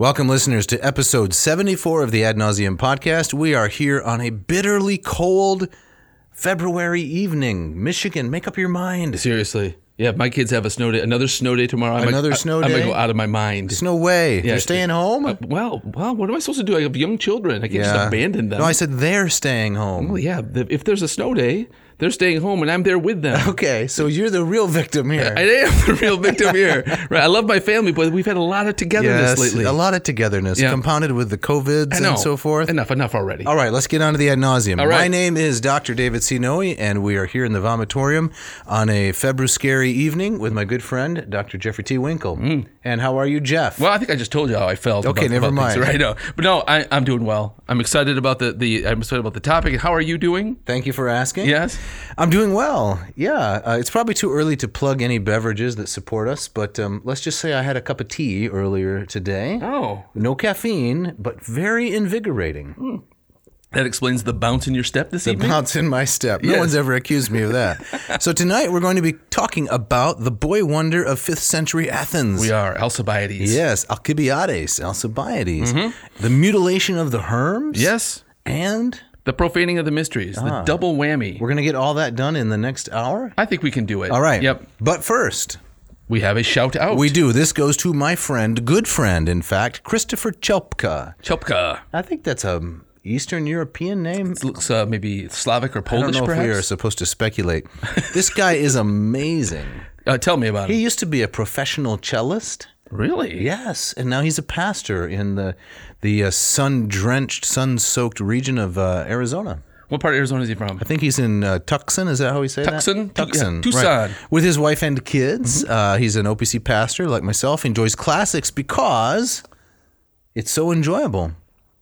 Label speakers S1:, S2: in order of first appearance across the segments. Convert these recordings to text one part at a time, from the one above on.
S1: Welcome, listeners, to episode 74 of the Ad Nauseum podcast. We are here on a bitterly cold February evening. Michigan, make up your mind.
S2: Seriously. Yeah, if my kids have a snow day, another snow day tomorrow. I'm
S1: Another
S2: I,
S1: snow
S2: I'm
S1: day?
S2: gonna go out of my mind.
S1: There's no way.
S2: Yeah,
S1: You're staying home?
S2: Uh, well, well, what am I supposed to do? I have young children. I can't just abandon them.
S1: No, I said they're staying home.
S2: Well, yeah, the, if there's a snow day, they're staying home, and I'm there with them.
S1: Okay, so you're the real victim here.
S2: I am the real victim here. Right? I love my family, but we've had a lot of togetherness
S1: yes,
S2: lately.
S1: a lot of togetherness
S2: Yeah.
S1: compounded with the COVIDs
S2: I know.
S1: and so forth.
S2: Enough, enough already.
S1: All right, let's get on to the ad nauseum.
S2: right.
S1: My name is Dr. David C. Noe, and we are here in the vomitorium on a Februscary evening with my good friend, Dr. Jeffrey T. Winkle. And how are you, Jeff?
S2: Mm. Well, I think I just told you how I felt.
S1: Okay,
S2: about,
S1: never
S2: about
S1: mind.
S2: Things, right? No, but no, I, I'm doing well. I'm excited about the, the I'm excited about the topic. How are you doing?
S1: Thank you for asking.
S2: Yes.
S1: I'm doing well. Yeah. Uh, it's probably too early to plug any beverages that support us, but um, let's just say I had a cup of tea earlier today.
S2: Oh,
S1: No caffeine, but very invigorating.
S2: that explains the bounce in your step this evening.
S1: Bounce in my step. No
S2: Yes.
S1: one's ever accused me of that. so tonight we're going to be talking about the boy wonder of 5th century Athens.
S2: We are Alcibiades.
S1: Yes, Alcibiades, Alcibiades. The mutilation of the Herms.
S2: Mm-hmm. Yes.
S1: And
S2: The profaning of the mysteries, the double whammy.
S1: Ah. we're going to get all that done in the next hour.
S2: I think we can do it.
S1: All right.
S2: Yep.
S1: But first,
S2: We have a shout out.
S1: We do. This goes to my friend, good friend, in fact, Christopher Chelpka.
S2: Chopka.
S1: I think that's a Eastern European name.
S2: Looks uh, maybe Slavic or
S1: I don't
S2: Polish,
S1: know if we are
S2: perhaps.
S1: supposed to speculate. this guy is amazing.
S2: Uh, tell me about
S1: He
S2: it.
S1: used to be a professional cellist.
S2: Really?
S1: Yes, and now he's a pastor in the the uh, sun-drenched, sun-soaked region of uh, Arizona.
S2: What part of Arizona is he from?
S1: I think he's in uh, Tucson. Is that how we say
S2: Tucson?
S1: that? Tucson.
S2: Tu- yeah,
S1: right.
S2: Tucson. Mm-hmm.
S1: With his wife and kids. Uh, he's an OPC pastor like myself. Enjoys classics because it's so enjoyable.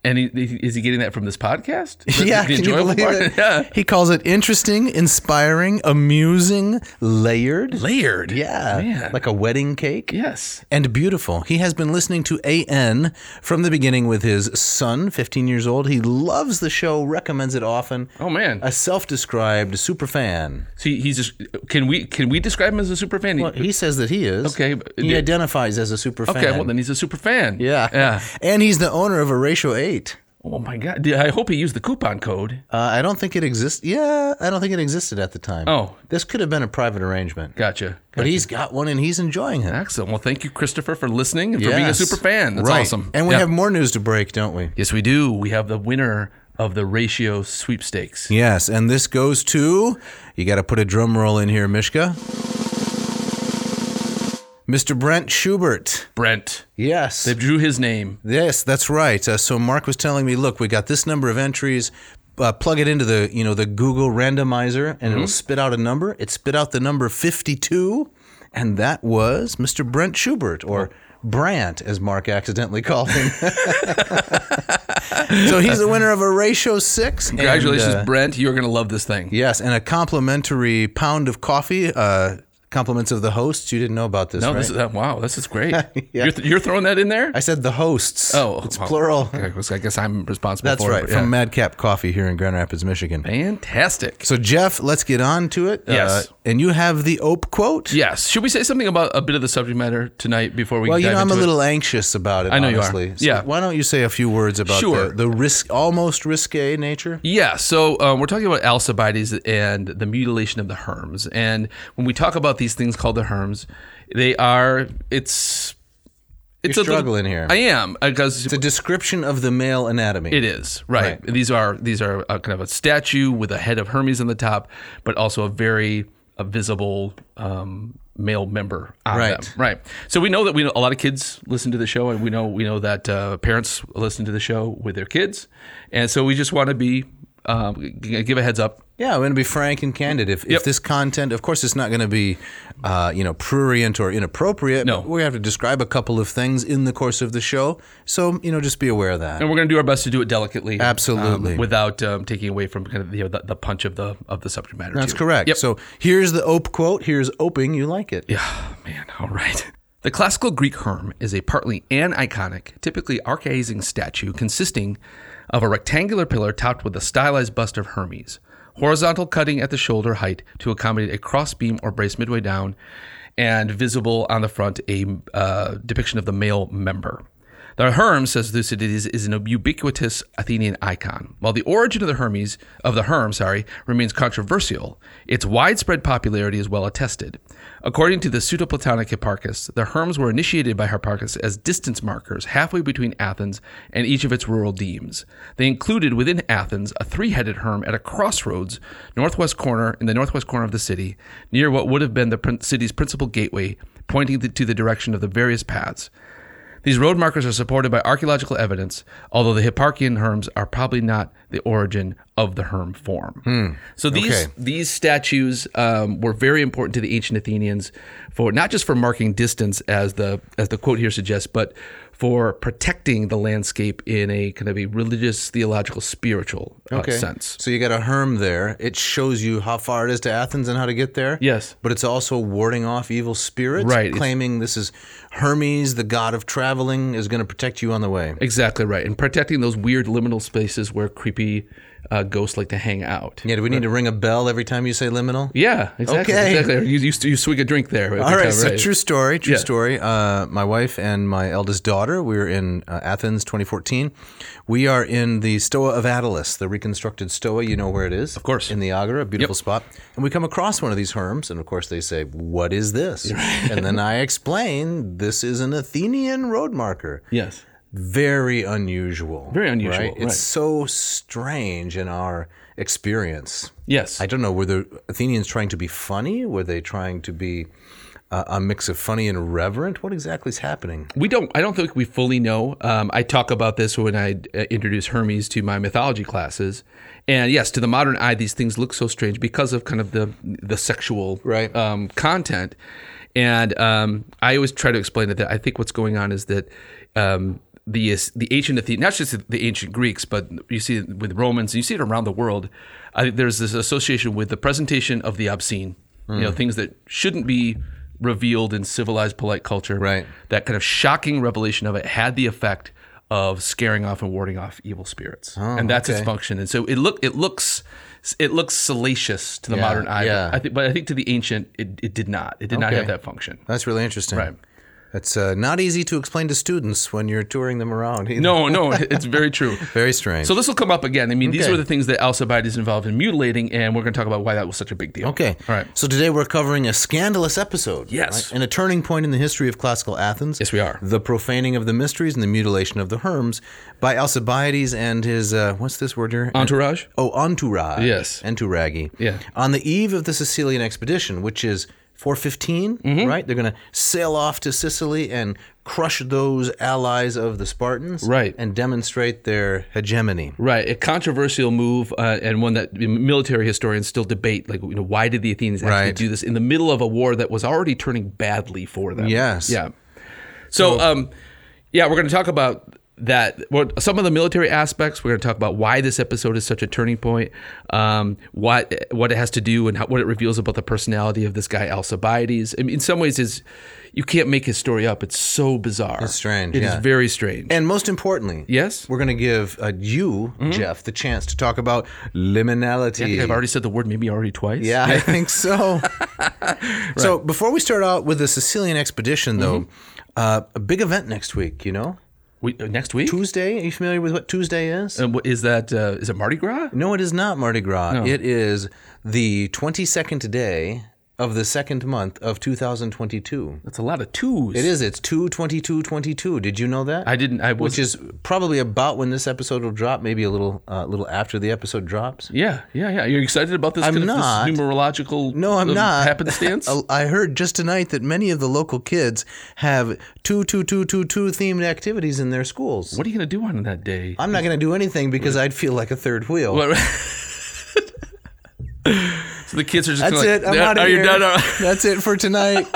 S2: And he, he- is he getting that from this podcast? The-
S1: yeah,
S2: the
S1: can you
S2: enjoyable
S1: believe
S2: part?
S1: it?
S2: Yeah.
S1: He calls it interesting, inspiring, amusing, layered.
S2: Layered.
S1: Yeah,
S2: Man.
S1: like a wedding cake.
S2: Yes.
S1: And beautiful. He has been listening to AN from the beginning with his son, 15 years old. He loves the show, recommends it often.
S2: Oh man.
S1: A self described super fan.
S2: so he- he's just. Can we can we describe him as a super fan? He-
S1: Well, he says that he is.
S2: Okay, but-
S1: He identifies as a super fan.
S2: okay. Well, then he's a super fan.
S1: yeah.
S2: Yeah.
S1: And he's the owner of a ratio 8.
S2: Oh my God. Dude, I hope he used the coupon code.
S1: Uh, I don't think it exists. Yeah, I don't think it existed at the time.
S2: Oh.
S1: This could have been a private arrangement.
S2: Gotcha.
S1: But he's got one and he's enjoying it.
S2: Excellent. Well, thank you, Christopher, for listening and for being a
S1: Yes.
S2: super fan. That's
S1: Right.
S2: awesome.
S1: And we
S2: Yeah.
S1: have more news to break, don't we?
S2: Yes, we do. We have the winner of the ratio sweepstakes.
S1: Yes, and this goes to you got to put a drum roll in here, Mishka. Mr. Brent Schubert.
S2: Brent.
S1: Yes.
S2: They drew his name.
S1: Yes, that's right. Uh, so Mark was telling me, look, we got this number of entries. Uh, plug it into the you know the Google randomizer, and it'll spit out a number. It spit out the number fifty-two, and that was Mr. Brent Schubert or. Brant, as Mark accidentally called him. so he's the winner of a ratio six. and,
S2: Congratulations,
S1: uh,
S2: Brent. You're going to love this thing.
S1: yes, and a complimentary pound of coffee. Uh, compliments of the hosts. You didn't know about this,
S2: No,
S1: right?
S2: this is, uh, wow, this is great.
S1: Yeah.
S2: you're, th- you're throwing that in there?
S1: I said the hosts.
S2: oh,
S1: it's
S2: wow.
S1: plural.
S2: Okay, well, so I guess I'm responsible
S1: That's
S2: for
S1: right,
S2: it.
S1: from
S2: yeah.
S1: Madcap Coffee here in Grand Rapids, Michigan.
S2: Fantastic.
S1: So, Jeff, let's get on to it. Uh,
S2: Yes.
S1: and you have the Ope quote?
S2: yes. Should we say something about a bit of the subject matter tonight before we
S1: Well, you
S2: dive
S1: know, I'm a
S2: into it?
S1: little anxious about it,
S2: I know you are.
S1: honestly. So
S2: Yeah.
S1: Why don't you say a few words about
S2: Sure.
S1: the, the risk, almost risque nature?
S2: Yeah, so um, we're talking about Alcibiades and the mutilation of the Herms. And when we talk about these things called the Herms, they are it's it's
S1: You're
S2: a little-
S1: struggling here.
S2: I am uh, because
S1: It's a description of the male anatomy.
S2: it is right. These are these are uh kind of a statue with a head of Hermes on the top, but also a very a visible um, male member on
S1: Right.
S2: them. Right. So we know that we know a lot of kids listen to the show, and we know we know that uh, parents listen to the show with their kids, and so we just want to be um, g- give a heads up.
S1: Yeah, I'm going to be frank and candid. If, if
S2: Yep.
S1: this content, of course, it's not going to be, uh, you know, prurient or inappropriate.
S2: No.
S1: but we have to describe a couple of things in the course of the show. So you know, just be aware of that.
S2: And we're going to do our best to do it delicately,
S1: Absolutely.
S2: um, without um, taking away from kind of you know, the, the punch of the of the subject matter.
S1: That's
S2: too.
S1: correct.
S2: Yep.
S1: So here's the Ope quote. Here's Oping. You like it?
S2: Yeah, man. All right. The classical Greek herm is a partly aniconic, typically archaizing statue consisting of a rectangular pillar topped with a stylized bust of Hermes, horizontal cutting at the shoulder height to accommodate a cross beam or brace midway down, and visible on the front a uh, depiction of the male member. The Herm, says Thucydides, is an ubiquitous Athenian icon. While the origin of the Hermes of the Herm, sorry, remains controversial, its widespread popularity is well attested. According to the Pseudoplatonic Hipparchus, the Herms were initiated by Hipparchus as distance markers halfway between Athens and each of its rural demes. They included within Athens a three-headed Herm at a crossroads, northwest corner in the northwest corner of the city, near what would have been the prin- city's principal gateway, pointing to the direction of the various paths. These road markers are supported by archaeological evidence, although the Hipparchian herms are probably not the origin of the herm form. So these
S1: Hmm. okay.
S2: these statues um, were very important to the ancient Athenians for not just for marking distance, as the as the quote here suggests, but for protecting the landscape in a kind of a religious, theological, spiritual uh, sense.
S1: So you got a herm there. It shows you how far it is to Athens and how to get there.
S2: Yes.
S1: But it's also warding off evil spirits.
S2: Right, it's-
S1: Claiming this is Hermes, the god of traveling, is going to protect you on the way.
S2: Exactly right, and protecting those weird liminal spaces where creepy uh, ghosts like to hang out.
S1: Yeah. Do we need to ring a bell every time you say liminal?
S2: Yeah, exactly.
S1: Okay.
S2: Exactly. You, you, you swig a drink there. every
S1: All right,
S2: time,
S1: so true story, true
S2: Yeah.
S1: story. Uh, my wife and my eldest daughter, we were in uh, Athens 2014. We are in the Stoa of Attalus, the reconstructed Stoa. You know where it is? Of
S2: course.
S1: In the Agora, a beautiful spot. And we come across one of these herms, and of course they say, What is this? and then I explain, This is an Athenian road marker.
S2: Yes.
S1: Very unusual.
S2: Very unusual,
S1: Right?
S2: right.
S1: It's so strange in our experience.
S2: Yes.
S1: I don't know. Were the Athenians trying to be funny? Were they trying to be uh, a mix of funny and reverent? What exactly is happening?
S2: we don't. I don't think we fully know. Um, I talk about this when I uh, introduce Hermes to my mythology classes, and yes, to the modern eye, these things look so strange because of kind of the the sexual
S1: Right.
S2: um, content. And um, I always try to explain it that I think what's going on is that um, the the ancient Athen- not just the ancient Greeks, but you see it with Romans, you see it around the world. I think there's this association with the presentation of the obscene, you
S1: Hmm.
S2: know, things that shouldn't be revealed in civilized, polite culture.
S1: Right.
S2: That kind of shocking revelation of it had the effect of scaring off and warding off evil
S1: Oh,
S2: spirits, and that's its function. And so it look it looks it looks salacious to the modern eye.
S1: yeah.
S2: I think, but I think to the ancient, it, it did not. It did not
S1: Okay.
S2: have that function.
S1: That's really interesting.
S2: Right.
S1: That's uh, not easy to explain to students when you're touring them around. either.
S2: No, no, it's very true.
S1: Very strange.
S2: So this will come up again. I mean, these
S1: Okay.
S2: were the things that Alcibiades is involved in mutilating, and we're going to talk about why that was such a big deal.
S1: Okay.
S2: All right.
S1: So today we're covering a scandalous episode.
S2: Yes.
S1: And a turning point in the history of classical Athens.
S2: Yes, we are.
S1: The profaning of the mysteries and the mutilation of the Herms by Alcibiades and his, uh, what's this word here?
S2: Entourage.
S1: Oh, entourage.
S2: Yes.
S1: Entourage.
S2: Yeah.
S1: On the eve of the Sicilian expedition, which is 415,
S2: Mm-hmm.
S1: right? They're going to sail off to Sicily and crush those allies of the Spartans.
S2: Right.
S1: And demonstrate their hegemony.
S2: Right, a controversial move, uh, and one that military historians still debate. Like, you know, why did the Athenians actually
S1: Right.
S2: do this in the middle of a war that was already turning badly for them?
S1: Yes.
S2: Yeah. So, um, yeah, we're going to talk about that. What some of the military aspects. We're going to talk about why this episode is such a turning point. Um, what what it has to do and how, what it reveals about the personality of this guy Alcibiades. I mean, in some ways, is you can't make his story up. It's so bizarre. It's
S1: strange,
S2: It is
S1: yeah.
S2: very strange.
S1: And most importantly,
S2: yes. Mm-hmm.
S1: we're going to give uh, you, Jeff, the chance to talk about
S2: I
S1: liminality.
S2: think I've already said the word maybe already twice.
S1: Yeah, I think so. So before we start out with the Sicilian expedition, though,
S2: Mm-hmm.
S1: uh, a big event next week. You know,
S2: We, uh, next week?
S1: Tuesday. Are you familiar with what Tuesday is?
S2: And what- Is that uh, is it Mardi Gras?
S1: no, it is not Mardi Gras. It is the twenty-second day of the second month of 2022.
S2: That's a lot of twos.
S1: It is. It's 22222. Did you know that?
S2: I didn't. I was.
S1: Which is probably about when this episode will drop, maybe a little uh, little after the episode drops.
S2: yeah, yeah, yeah. You're excited about this?
S1: I'm
S2: kind of
S1: not.
S2: This numerological.
S1: No, I'm
S2: um,
S1: not.
S2: Happenstance.
S1: I heard just tonight that many of the local kids have 22222 themed activities in their schools.
S2: what are you gonna do on that day?
S1: I'm not going to do anything because I'd feel like a third wheel.
S2: so the kids are just.
S1: That's
S2: kinda like,
S1: it. I'm
S2: "Yeah,
S1: out of
S2: are
S1: here.
S2: you done? All right."
S1: That's it for tonight.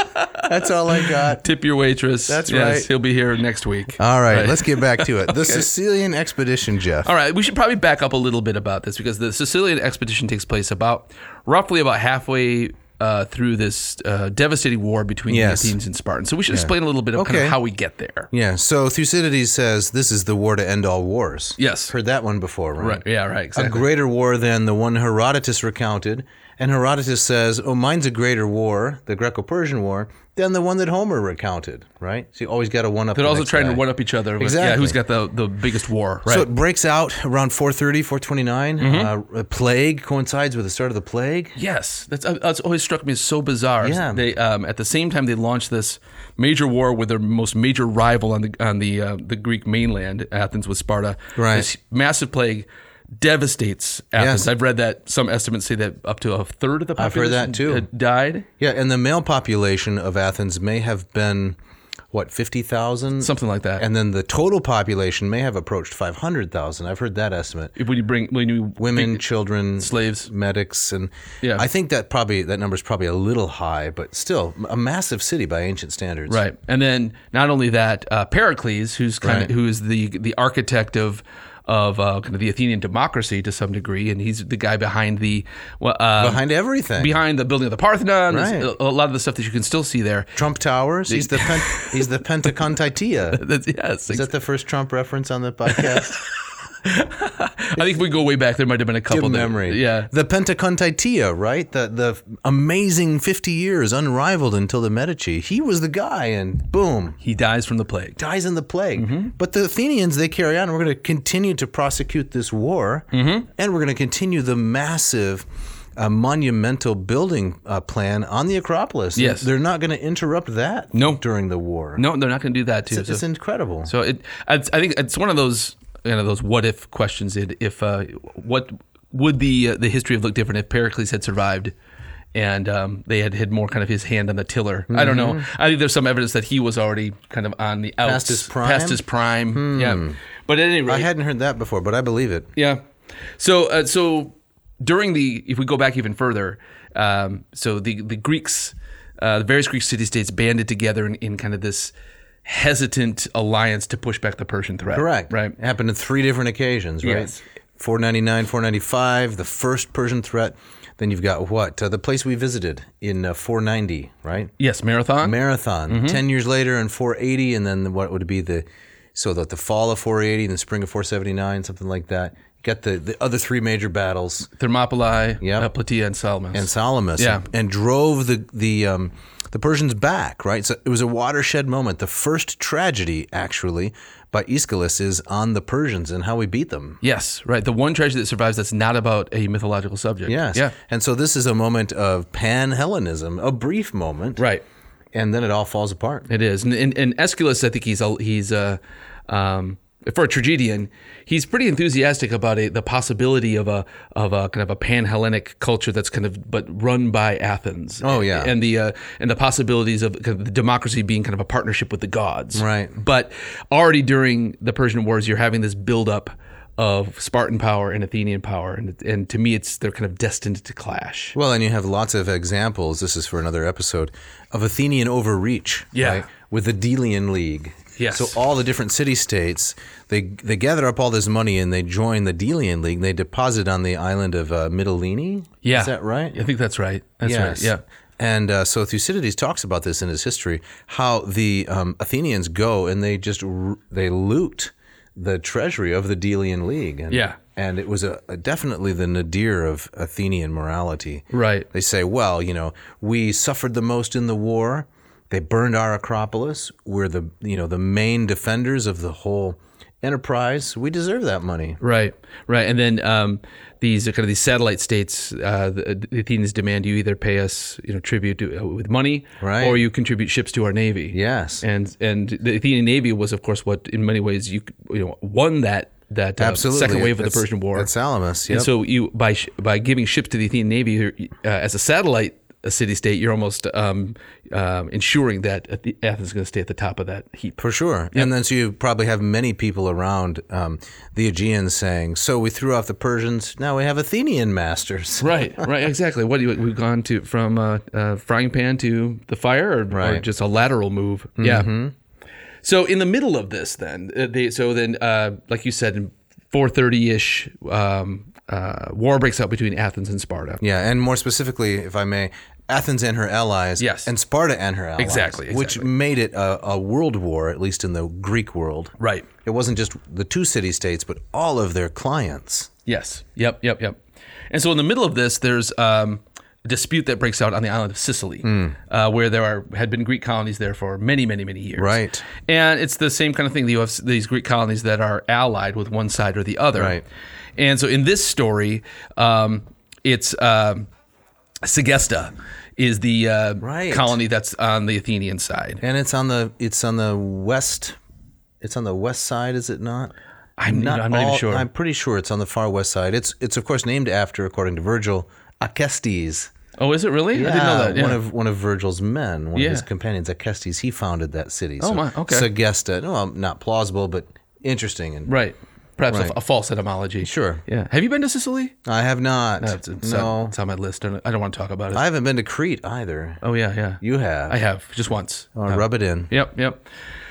S1: That's all I got.
S2: Tip your waitress.
S1: That's
S2: yes,
S1: right.
S2: He'll be here next week.
S1: All right, let's get back to it. The Sicilian expedition, Jeff.
S2: All right, we should probably back up a little bit about this because the Sicilian expedition takes place about roughly about halfway uh, through this uh, devastating war between
S1: Yes.
S2: the Athenians and Spartans. So we should explain a little bit of kind
S1: Okay.
S2: of how we get there.
S1: Yeah, so Thucydides says this is the war to end all wars.
S2: Yes.
S1: Heard that one before, right?
S2: Right. Yeah. Right.
S1: A
S2: Exactly.
S1: greater war than the one Herodotus recounted. And Herodotus says, oh, mine's a greater war, the Greco Persian war, than the one that Homer recounted, right? So you always got to one up
S2: They're
S1: the
S2: also
S1: next
S2: trying
S1: guy.
S2: to one up each other. With, Yeah.
S1: Exactly.
S2: Who's got the the biggest war? Right. Mm-hmm.
S1: So it breaks out around 430, 429. Uh, a plague coincides with the start of the plague.
S2: Yes, that's uh, that's always struck me as so bizarre. is
S1: Yeah.
S2: They um, at the same time they launched this major war with their most major rival on the on the uh, the Greek mainland. Athens with Sparta.
S1: Right.
S2: This massive plague devastates Athens.
S1: Yes.
S2: I've read that some estimates say that up to a third of the
S1: I've heard
S2: population
S1: that too.
S2: had died.
S1: Yeah, and the male population of Athens may have been, what, 50,000?
S2: Something like that.
S1: And then the total population may have approached 500,000. I've heard that estimate.
S2: If- when you bring when you
S1: Women, children,
S2: slaves.
S1: medics, and
S2: Yeah.
S1: I think that probably that number's probably a little high, but still a massive city by ancient standards.
S2: Right, and then not only that, uh, Pericles, who's kind
S1: Right.
S2: of who is the the architect of of uh, kind of the Athenian democracy to some degree, and he's the guy behind the well, uh,
S1: Behind everything,
S2: behind the building of the Parthenon. there's
S1: Right.
S2: A a lot of the stuff that you can still see there.
S1: Trump Towers. He's the pen, he's the Pentacontitia.
S2: That's, yes,
S1: Is that the first Trump reference on the podcast?
S2: I think if we go way back, there might have been a couple.
S1: Good
S2: that-
S1: memory.
S2: yeah.
S1: The Pentacontitia, right? The the amazing 50 years unrivaled until the Medici. He was the guy and boom,
S2: He dies from the plague.
S1: dies in the plague.
S2: Mm-hmm.
S1: But the Athenians, they carry on. We're going to continue to prosecute this war
S2: Mm-hmm.
S1: and we're going to continue the massive uh, monumental building uh, plan on the Acropolis.
S2: Yes.
S1: They're not going to interrupt that
S2: No.
S1: during the war.
S2: No, they're not going to do that too.
S1: It's, it's
S2: so,
S1: incredible.
S2: so it, I, I think it's one of those you know those what if questions. It, if uh, what would the uh, the history have looked different if Pericles had survived? And um, they had had more kind of his hand on the tiller. I don't know. I think there's some evidence that he was already kind of on the
S1: Mm-hmm.
S2: outs,
S1: Past his prime? Hmm.
S2: Past his prime. Yeah. But at any rate,
S1: I hadn't heard that before, but I believe it.
S2: Yeah. So uh, so during the if we go back even further, um, so the the Greeks, uh, the various Greek city states banded together in, in kind of this hesitant alliance to push back the Persian threat.
S1: Correct.
S2: Right.
S1: It happened on three different occasions, right?
S2: Yes.
S1: 499, 495, the first Persian threat. Then you've got what? Uh, the place we visited in uh, 490, right?
S2: Yes. Marathon.
S1: Marathon.
S2: Mm-hmm.
S1: 10 years later in 480, and then what would be the, so that the fall of 480 and the spring of 479, something like that. You got the, the other three major battles
S2: Thermopylae.
S1: Yeah.
S2: uh, Plataea and Salamis.
S1: and Salamis
S2: Yeah.
S1: and, drove the, the, um, the Persians back, right? So it was a watershed moment. The first tragedy, actually, by Aeschylus is on the Persians and how we beat them.
S2: yes. Right. The one tragedy that survives that's not about a mythological subject.
S1: Yes.
S2: Yeah.
S1: And so this is a moment of pan Hellenism, a brief moment.
S2: Right.
S1: And then it all falls apart.
S2: It is, and, and, and Aeschylus, I think he's a, he's a, um, for a tragedian, he's pretty enthusiastic about a, the possibility of a of a kind of a pan Hellenic culture that's kind of but run by Athens.
S1: Oh, yeah.
S2: and the uh, and the possibilities of, kind of the democracy being kind of a partnership with the gods.
S1: Right.
S2: But already during the Persian Wars, you're having this buildup of Spartan power and Athenian power, and and to me, it's they're kind of destined to clash.
S1: Well, and you have lots of examples. This is for another episode of Athenian overreach.
S2: Yeah.
S1: With the Delian League.
S2: Yes.
S1: So all the different city states, they they gather up all this money and they join the Delian League. They deposit on the island of uh, Mytilene.
S2: Yeah,
S1: Is that right?
S2: I think that's right. That's right. Yeah.
S1: And uh, so Thucydides talks about this in his history, how the um, Athenians go and they just r- they loot the treasury of the Delian League. And,
S2: Yeah.
S1: And it was a, a- definitely the nadir of Athenian morality.
S2: Right.
S1: They say, well, you know, we suffered the most in the war. They burned our Acropolis. We're the you know the main defenders of the whole enterprise. We deserve that money.
S2: Right, right, and then um, these kind of these satellite states, uh, the, the Athenians demand you either pay us, you know, tribute to, uh, with money,
S1: Right.
S2: or you contribute ships to our navy.
S1: Yes.
S2: and and the Athenian navy was, of course, what in many ways you you know won that that uh,
S1: Absolutely.
S2: second wave of the
S1: That's-
S2: Persian War.
S1: That's Salamis.
S2: And
S1: Yep.
S2: so you by sh- by giving ships to the Athenian navy you're, uh, as a satellite a city state, you're almost um, um, ensuring that Ath- Athens is going to stay at the top of that heap.
S1: For sure. And then so you probably have many people around um, the Aegeans saying, so we threw off the Persians, now we have Athenian masters.
S2: Right, right, exactly. What do you, we've gone to from uh, uh, frying pan to the fire, or, or
S1: Right. Mm-hmm.
S2: just a lateral move. Yeah. So in the middle of this, then uh, they, so then uh, like you said, in 430 ish, um, uh, war breaks out between Athens and Sparta.
S1: Yeah, and more specifically, if I may, Athens and her allies,
S2: Yes.
S1: and Sparta and her allies,
S2: Exactly,
S1: which
S2: exactly.
S1: made it a, a world war, at least in the Greek world.
S2: Right.
S1: It wasn't just the two city states, but all of their clients.
S2: Yes. Yep. Yep. Yep. And so in the middle of this, there's um, a dispute that breaks out on the island of Sicily,
S1: Hmm.
S2: uh, where there are had been Greek colonies there for many, many, many years.
S1: Right.
S2: And it's the same kind of thing. that You have these Greek colonies that are allied with one side or the other.
S1: Right.
S2: And so in this story, um, it's um, Segesta is the uh,
S1: Right.
S2: colony that's on the Athenian side.
S1: And it's on the it's on the west, it's on the west side, is it not?
S2: I'm not, I'm not even
S1: all-
S2: sure.
S1: I'm pretty sure it's on the far west side. It's it's of course named after, according to Virgil, Acestes.
S2: oh, is it really? I didn't know that. Yeah.
S1: One of one of Virgil's men, one
S2: Yeah.
S1: of his companions, Acestes, he founded that city.
S2: Oh
S1: So
S2: my, okay.
S1: Segesta, no, um, not plausible, but interesting and
S2: right. Perhaps a f
S1: Right.
S2: a a false etymology.
S1: sure.
S2: Yeah. Have you been to Sicily?
S1: I have not.
S2: That's it's, on,
S1: no,
S2: it's on my list. I don't, I don't want to talk about it.
S1: I haven't been to Crete either.
S2: oh yeah, yeah.
S1: You have.
S2: I have just once.
S1: Uh, rub it in.
S2: Yep, yep.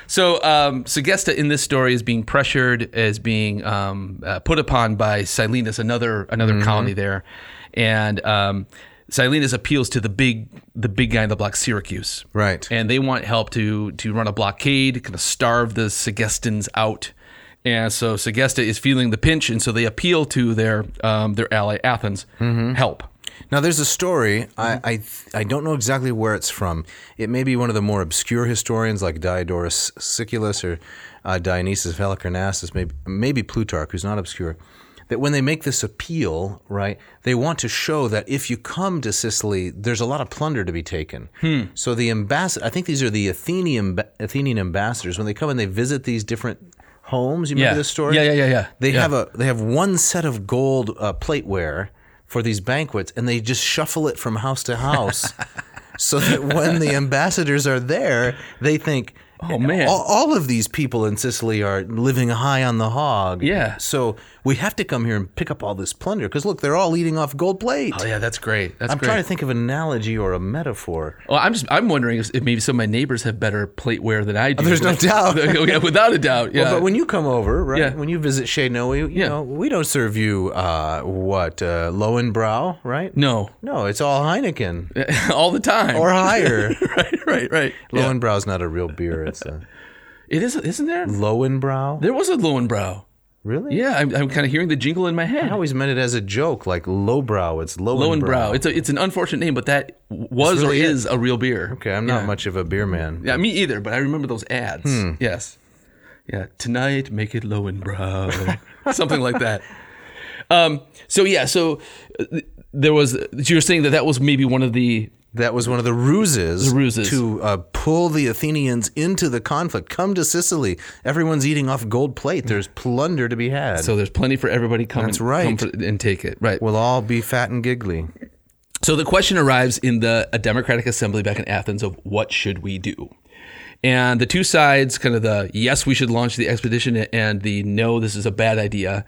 S2: So um, Segesta in this story is being pressured, is being um, uh, put upon by Silenus, another another
S1: Mm-hmm.
S2: colony there, and um, Silenus appeals to the big the big guy in the block, Syracuse,
S1: Right.
S2: and they want help to to run a blockade, kind of starve the Segestans out. And so Segesta is feeling the pinch, and so they appeal to their um, their ally Athens,
S1: Mm-hmm.
S2: help.
S1: Now, there's a story. I, I
S2: Mm-hmm.
S1: I don't know exactly where it's from. It may be one of the more obscure historians like Diodorus Siculus or uh, Dionysius of Halicarnassus, maybe, maybe Plutarch, who's not obscure, that when they make this appeal, right, they want to show that if you come to Sicily, there's a lot of plunder to be taken.
S2: Hmm.
S1: So the ambassador, I think these are the Athenian, Athenian ambassadors, when they come and they visit these different homes, you remember
S2: Yeah.
S1: this story?
S2: Yeah, yeah, yeah, yeah.
S1: They
S2: Yeah.
S1: have a they have one set of gold uh, plateware for these banquets, and they just shuffle it from house to house, so that when the ambassadors are there, they think,
S2: Oh, man.
S1: all, all of these people in Sicily are living high on the hog."
S2: Yeah.
S1: so we have to come here and pick up all this plunder because look, they're all eating off gold plate.
S2: Oh yeah, that's great. That's
S1: I'm
S2: great.
S1: trying to think of an analogy or a metaphor.
S2: Well, I'm just I'm wondering if, if maybe some of my neighbors have better plateware than I do. Oh,
S1: there's no doubt.
S2: yeah, without a doubt. Yeah.
S1: Well, but when you come over, right?
S2: Yeah.
S1: When you visit Chez Noe, you
S2: Yeah.
S1: know we don't serve you uh, what uh, Lowenbrau, right?
S2: no,
S1: No, it's all Heineken
S2: all the time.
S1: or higher.
S2: right, right, right. Yeah.
S1: Lowenbrau's not a real beer. It's a
S2: It is, isn't there?
S1: Lowenbrau.
S2: There was a Lowenbrow.
S1: Really?
S2: Yeah, I'm, I'm kind of hearing the jingle in my
S1: I
S2: head.
S1: always meant it as a joke, like lowbrow. It's Lowenbrau.
S2: Lowenbrow. It's a it's an unfortunate name, but that was
S1: really
S2: or
S1: it.
S2: is a real beer.
S1: Okay, I'm not much of a beer man.
S2: Yeah, me either. But I remember those ads.
S1: Hmm.
S2: Yes. Yeah. Tonight, make it low and brow, something like that. Um. So yeah. So uh, th- there was. You were saying that that was maybe one of the
S1: That was one of the ruses,
S2: The ruses.
S1: to uh, pull the Athenians into the conflict. Come to Sicily. Everyone's eating off gold plate. There's plunder to be had.
S2: Mm. So there's plenty for everybody. Come
S1: That's
S2: and,
S1: right.
S2: come for- and take it. Right.
S1: we'll all be fat and giggly.
S2: So the question arrives in the a Democratic Assembly back in Athens of what should we do? And the two sides, kind of the yes, we should launch the expedition and the no, this is a bad idea,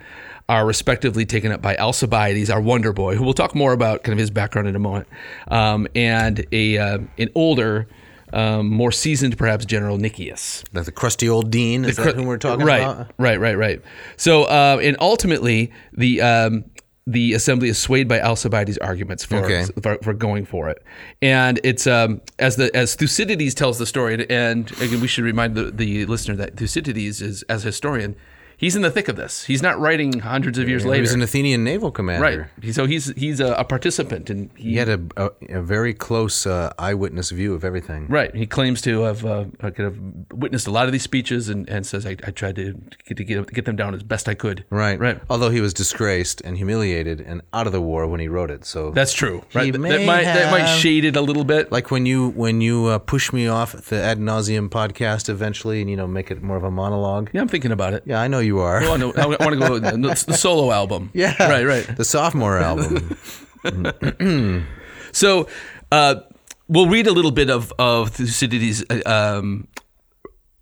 S2: are respectively taken up by Alcibiades, our wonder boy, who we'll talk more about kind of his background in a moment, um, and a uh, an older, um, more seasoned perhaps General Nicias.
S1: That's the crusty old dean. Is that who we're talking
S2: right,
S1: about?
S2: Right, right, right. So, uh, and ultimately, the um, the assembly is swayed by Alcibiades' arguments for,
S1: Okay.
S2: for for going for it, and it's um, as the as Thucydides tells the story, and- and again, we should remind the, the listener that Thucydides is as a historian. He's in the thick of this. He's not writing hundreds of years
S1: He
S2: later.
S1: was an Athenian naval commander.
S2: right. So he's he's a, a participant and he,
S1: He had a, a, a very close uh, eyewitness view of everything.
S2: Right. He claims to have uh, uh, kind of witnessed a lot of these speeches and, and says, I, I tried to get, to get get them down as best I could.
S1: Right.
S2: Right.
S1: Although he was disgraced and humiliated and out of the war when he wrote it. So
S2: That's true. Right. Th- that,
S1: may
S2: might, that might
S1: have-
S2: shade it a little bit.
S1: like when you when you uh, push me off the ad nauseum podcast eventually, and you know make it more of a monologue.
S2: yeah, I'm thinking about it.
S1: Yeah, I know you are.
S2: I want to, I want to go with the, the solo album.
S1: yeah.
S2: Right, right.
S1: The sophomore album.
S2: So uh, we'll read a little bit of, of Thucydides' uh, um,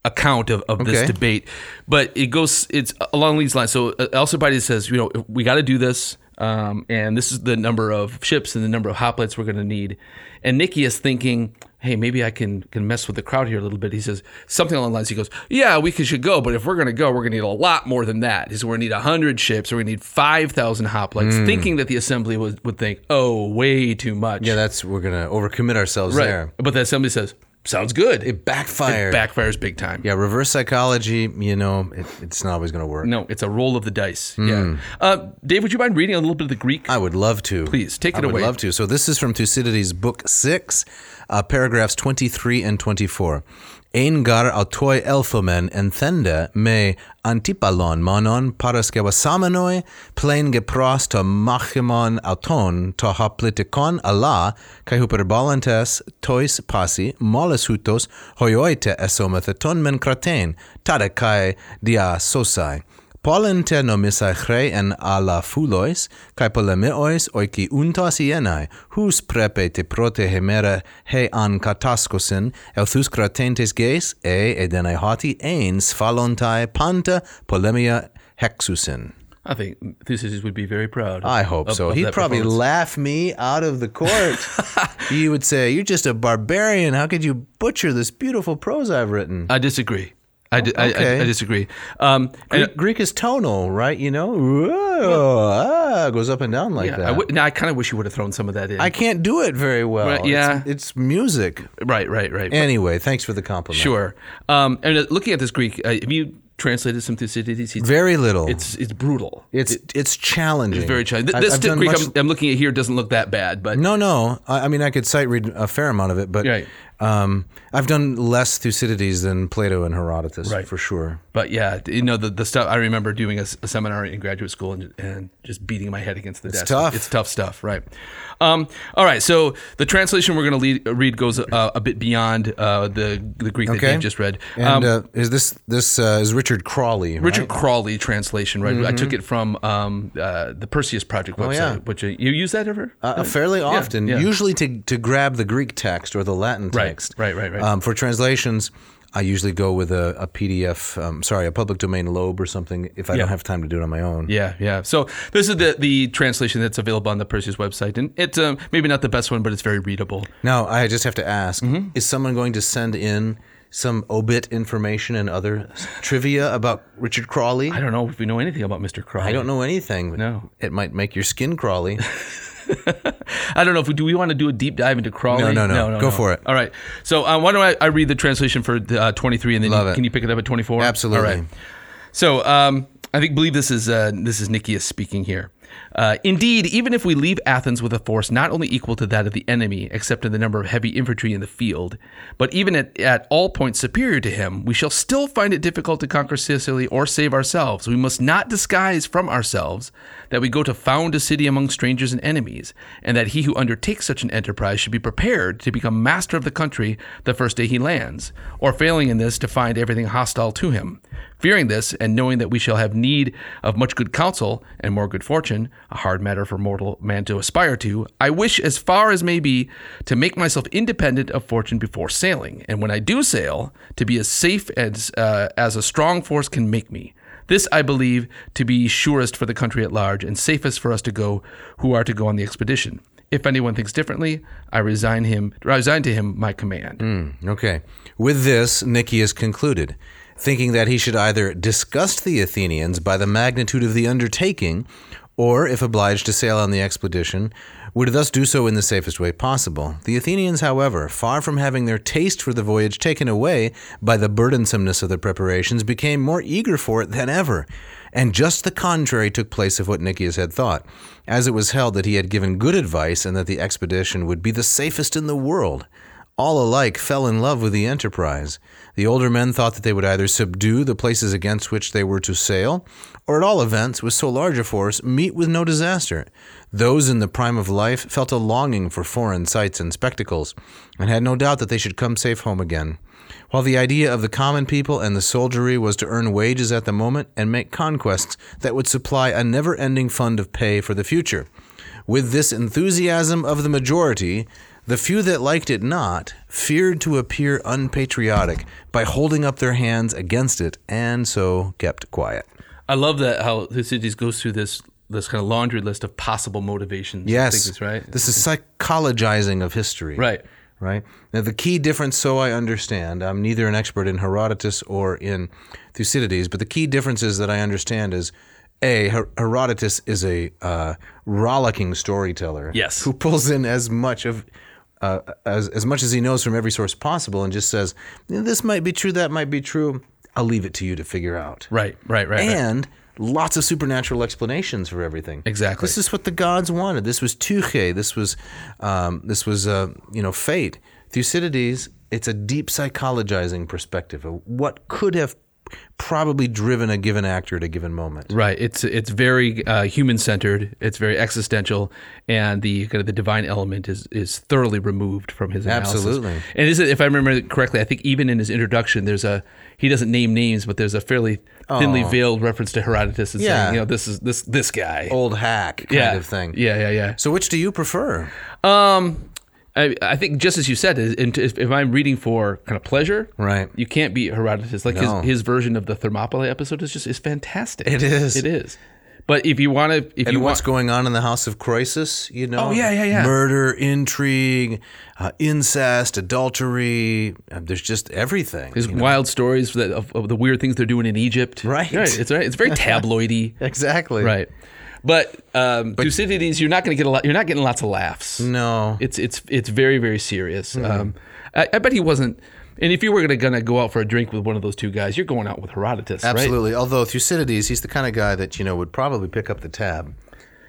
S2: account of, of this
S1: Okay.
S2: debate, but it goes it's along these lines. So uh, Alcibiades says, you know, we got to do this, um, and this is the number of ships and the number of hoplites we're going to need. And Nicias thinking. Hey, maybe I can, can mess with the crowd here a little bit. He says something along the lines. He goes, "Yeah, we could, should go, but if we're going to go, we're going to need a lot more than that. Is we're going to need hundred ships, or we need five thousand hoplites."
S1: Hmm.
S2: Thinking that the assembly would, would think, "Oh, way too much."
S1: yeah, that's we're gonna overcommit ourselves
S2: right.
S1: there.
S2: But then somebody says, "Sounds good." It
S1: Backfire.
S2: backfires big time.
S1: yeah, reverse psychology. You know, it, it's not always gonna work.
S2: No, it's a roll of the dice. Yeah. Uh, Dave, would you mind reading a little bit of the Greek?
S1: Hmm. I would love to.
S2: Please, take
S1: I
S2: it away.
S1: would love to. So this is from Thucydides, Book Six, uh, paragraphs twenty-three and twenty-four. Ein gar autoi elphomen enthende me antipalon monon paraskevasamenoi plain gepros to machimon auton to hoplitikon alla kai hyperbolantes tois pasi moles hutos hoioite esometheton men kraten tade kai dia sosai Polente nomisai chrei en ala fulois, kai polemeois oiki untas ienai, hus prepe te prote hemera he an kataskosin, elthus cratentes geis, e edene hati ens falontai panta polemia hexusin.
S2: I think Thucydides would be very proud.
S1: I hope
S2: of-
S1: so.
S2: of
S1: He'd
S2: that
S1: probably
S2: performance.
S1: laugh me out of the court. he would say, You're just a barbarian. How could you butcher this beautiful prose I've written?
S2: I disagree. I, di- I- I-
S1: Okay.
S2: I, disagree. Um, and
S1: Greek, Greek is tonal, right? You know, Whoa, ah, goes up and down like that.
S2: I, would- now, I kind of wish you would have thrown some of that in.
S1: I can't do it very well.
S2: Right, yeah.
S1: It's, it's music.
S2: right, right, right.
S1: Anyway, thanks for the compliment.
S2: sure. Um, and uh, looking at this Greek, uh, have you translated some Thucydides? It's,
S1: Very little. It's
S2: it's, it's brutal.
S1: it's, challenging.
S2: very challenging.
S1: I've-
S2: This
S1: I've done
S2: Greek
S1: much-
S2: I'm, I'm looking at here doesn't look that bad, but
S1: no, no. I, I mean, I could sight read a fair amount of it, but
S2: Right.
S1: um, I've done less Thucydides than Plato and Herodotus,
S2: Right.
S1: for sure.
S2: But yeah, you know the, the stuff. I remember doing a, s- a seminar in graduate school and, and just beating my head against the desk.
S1: tough.
S2: It's tough stuff, right? Um, all right. So the translation we're going to read goes uh, a bit beyond uh, the the Greek that
S1: Okay.
S2: Dave just read.
S1: And uh, is this this uh, is Richard Crawley? right?
S2: Um,
S1: Mm-hmm.
S2: Richard Crawley translation, right? I took it from um, uh, the Perseus Project website,
S1: Oh, yeah.
S2: which uh, you use that ever?
S1: Uh, fairly often,
S2: yeah.
S1: usually to, to grab the Greek text or the Latin
S2: Right,
S1: text.
S2: right, right, right.
S1: Um, for translations, I usually go with a, a PDF, um, sorry, a public domain lobe or something if I
S2: Yeah.
S1: don't have time to do it on my own.
S2: Yeah, yeah. So this is the the translation that's available on the Perseus website, and it's um, maybe not the best one, but it's very readable.
S1: Now, I just have to ask
S2: Mm-hmm.
S1: is someone going to send in some obit information and other s- trivia about Richard Crawley?
S2: I don't know if we know anything about Mr. Crawley.
S1: I don't know anything.
S2: No.
S1: It might make your skin crawly.
S2: I don't know if we, do we want to do a deep dive into Crawley.
S1: No, no, no. Go for it.
S2: All right. So uh, why don't I, I read the translation for uh, 23, and then
S1: Love
S2: you,
S1: it.
S2: can you pick it up at 24?
S1: Absolutely.
S2: All right. So um, I think believe this is uh, this is Nicias speaking here. Uh, Indeed, even if we leave Athens with a force not only equal to that of the enemy, except in the number of heavy infantry in the field, but even at, at all points superior to him, we shall still find it difficult to conquer Sicily or save ourselves. We must not disguise from ourselves that we go to found a city among strangers and enemies, and that he who undertakes such an enterprise should be prepared to become master of the country the first day he lands, or failing in this, to find everything hostile to him. Fearing this, and knowing that we shall have need of much good counsel and more good fortune, a hard matter for mortal man to aspire to, I wish as far as may be to make myself independent of fortune before sailing, and when I do sail, to be as safe as, uh, as a strong force can make me. This I believe to be surest for the country at large and safest for us to go who are to go on the expedition. If anyone thinks differently, I resign him resign to him my command.
S1: Okay. With this, Nicias concluded, thinking that he should either disgust the Athenians by the magnitude of the undertaking or, if obliged to sail on the expedition, would thus do so in the safest way possible. The Athenians, however, far from having their taste for the voyage taken away by the burdensomeness of the preparations, became more eager for it than ever. And just the contrary took place of what Nicias had thought, as it was held that he had given good advice and that the expedition would be the safest in the world. All alike fell in love with the enterprise. The older men thought that they would either subdue the places against which they were to sail, or at all events, with so large a force, meet with no disaster. Those in the prime of life felt a longing for foreign sights and spectacles, and had no doubt that they should come safe home again. While the idea of the common people and the soldiery was to earn wages at the moment and make conquests that would supply a never ending fund of pay for the future. With this enthusiasm of the majority, the few that liked it not feared to appear unpatriotic by holding up their hands against it and so kept quiet.
S2: I love that how Thucydides goes through this this kind of laundry list of possible motivations. and
S1: Yes.
S2: things, right.
S1: This is psychologizing of history.
S2: right.
S1: Right. Now, the key difference, so I understand, I'm neither an expert in Herodotus or in Thucydides, but the key differences that I understand is A, Her- Herodotus is a uh, rollicking storyteller.
S2: Yes.
S1: Who pulls in as much of. Uh, as, as much as he knows from every source possible and just says, This might be true, that might be true. I'll leave it to you to figure out
S2: Right. Right. Right. right.
S1: and lots of supernatural explanations for everything.
S2: Exactly.
S1: This is what the gods wanted. This was Tuche. This was, um, this was, uh, you know, fate. Thucydides. It's a deep psychologizing perspective of what could have probably driven a given actor at a given moment.
S2: Right. It's it's very uh, human centered. It's very existential, and the kind of the divine element is is thoroughly removed from his analysis.
S1: Absolutely.
S2: And is it, if I remember correctly, I think even in his introduction, there's a he doesn't name names, but there's a fairly thinly veiled reference to Herodotus and
S1: Oh. Yeah.
S2: saying, you know, this is this this guy.
S1: Old hack kind
S2: yeah.
S1: of thing.
S2: Yeah. Yeah. Yeah.
S1: So which do you prefer?
S2: Um, I, I think just as you said, is- in- if, if I'm reading for kind of pleasure,
S1: Right.
S2: You can't beat Herodotus. Like
S1: No.
S2: his, his version of the Thermopylae episode is just is fantastic.
S1: It is.
S2: It is. But if you want to, if
S1: And
S2: you
S1: what's
S2: want,
S1: going on in the House of Croesus, you know?
S2: Oh, yeah, yeah, yeah.
S1: Murder, intrigue, uh, incest, adultery. Uh, there's just everything.
S2: there's wild stories that, of, of the weird things they're doing in Egypt.
S1: Right.
S2: Right. It's right. It's very tabloidy.
S1: Exactly.
S2: right. But, um, Thucydides, you're not going to get a lot. You're not getting lots of laughs.
S1: No. Mm-hmm.
S2: It's it's it's very very serious. Um, I, I bet he wasn't. And if you were gonna, gonna go out for a drink with one of those two guys, you're going out with Herodotus, right?
S1: Absolutely. Although Thucydides, he's the kind of guy that you know would probably pick up the tab.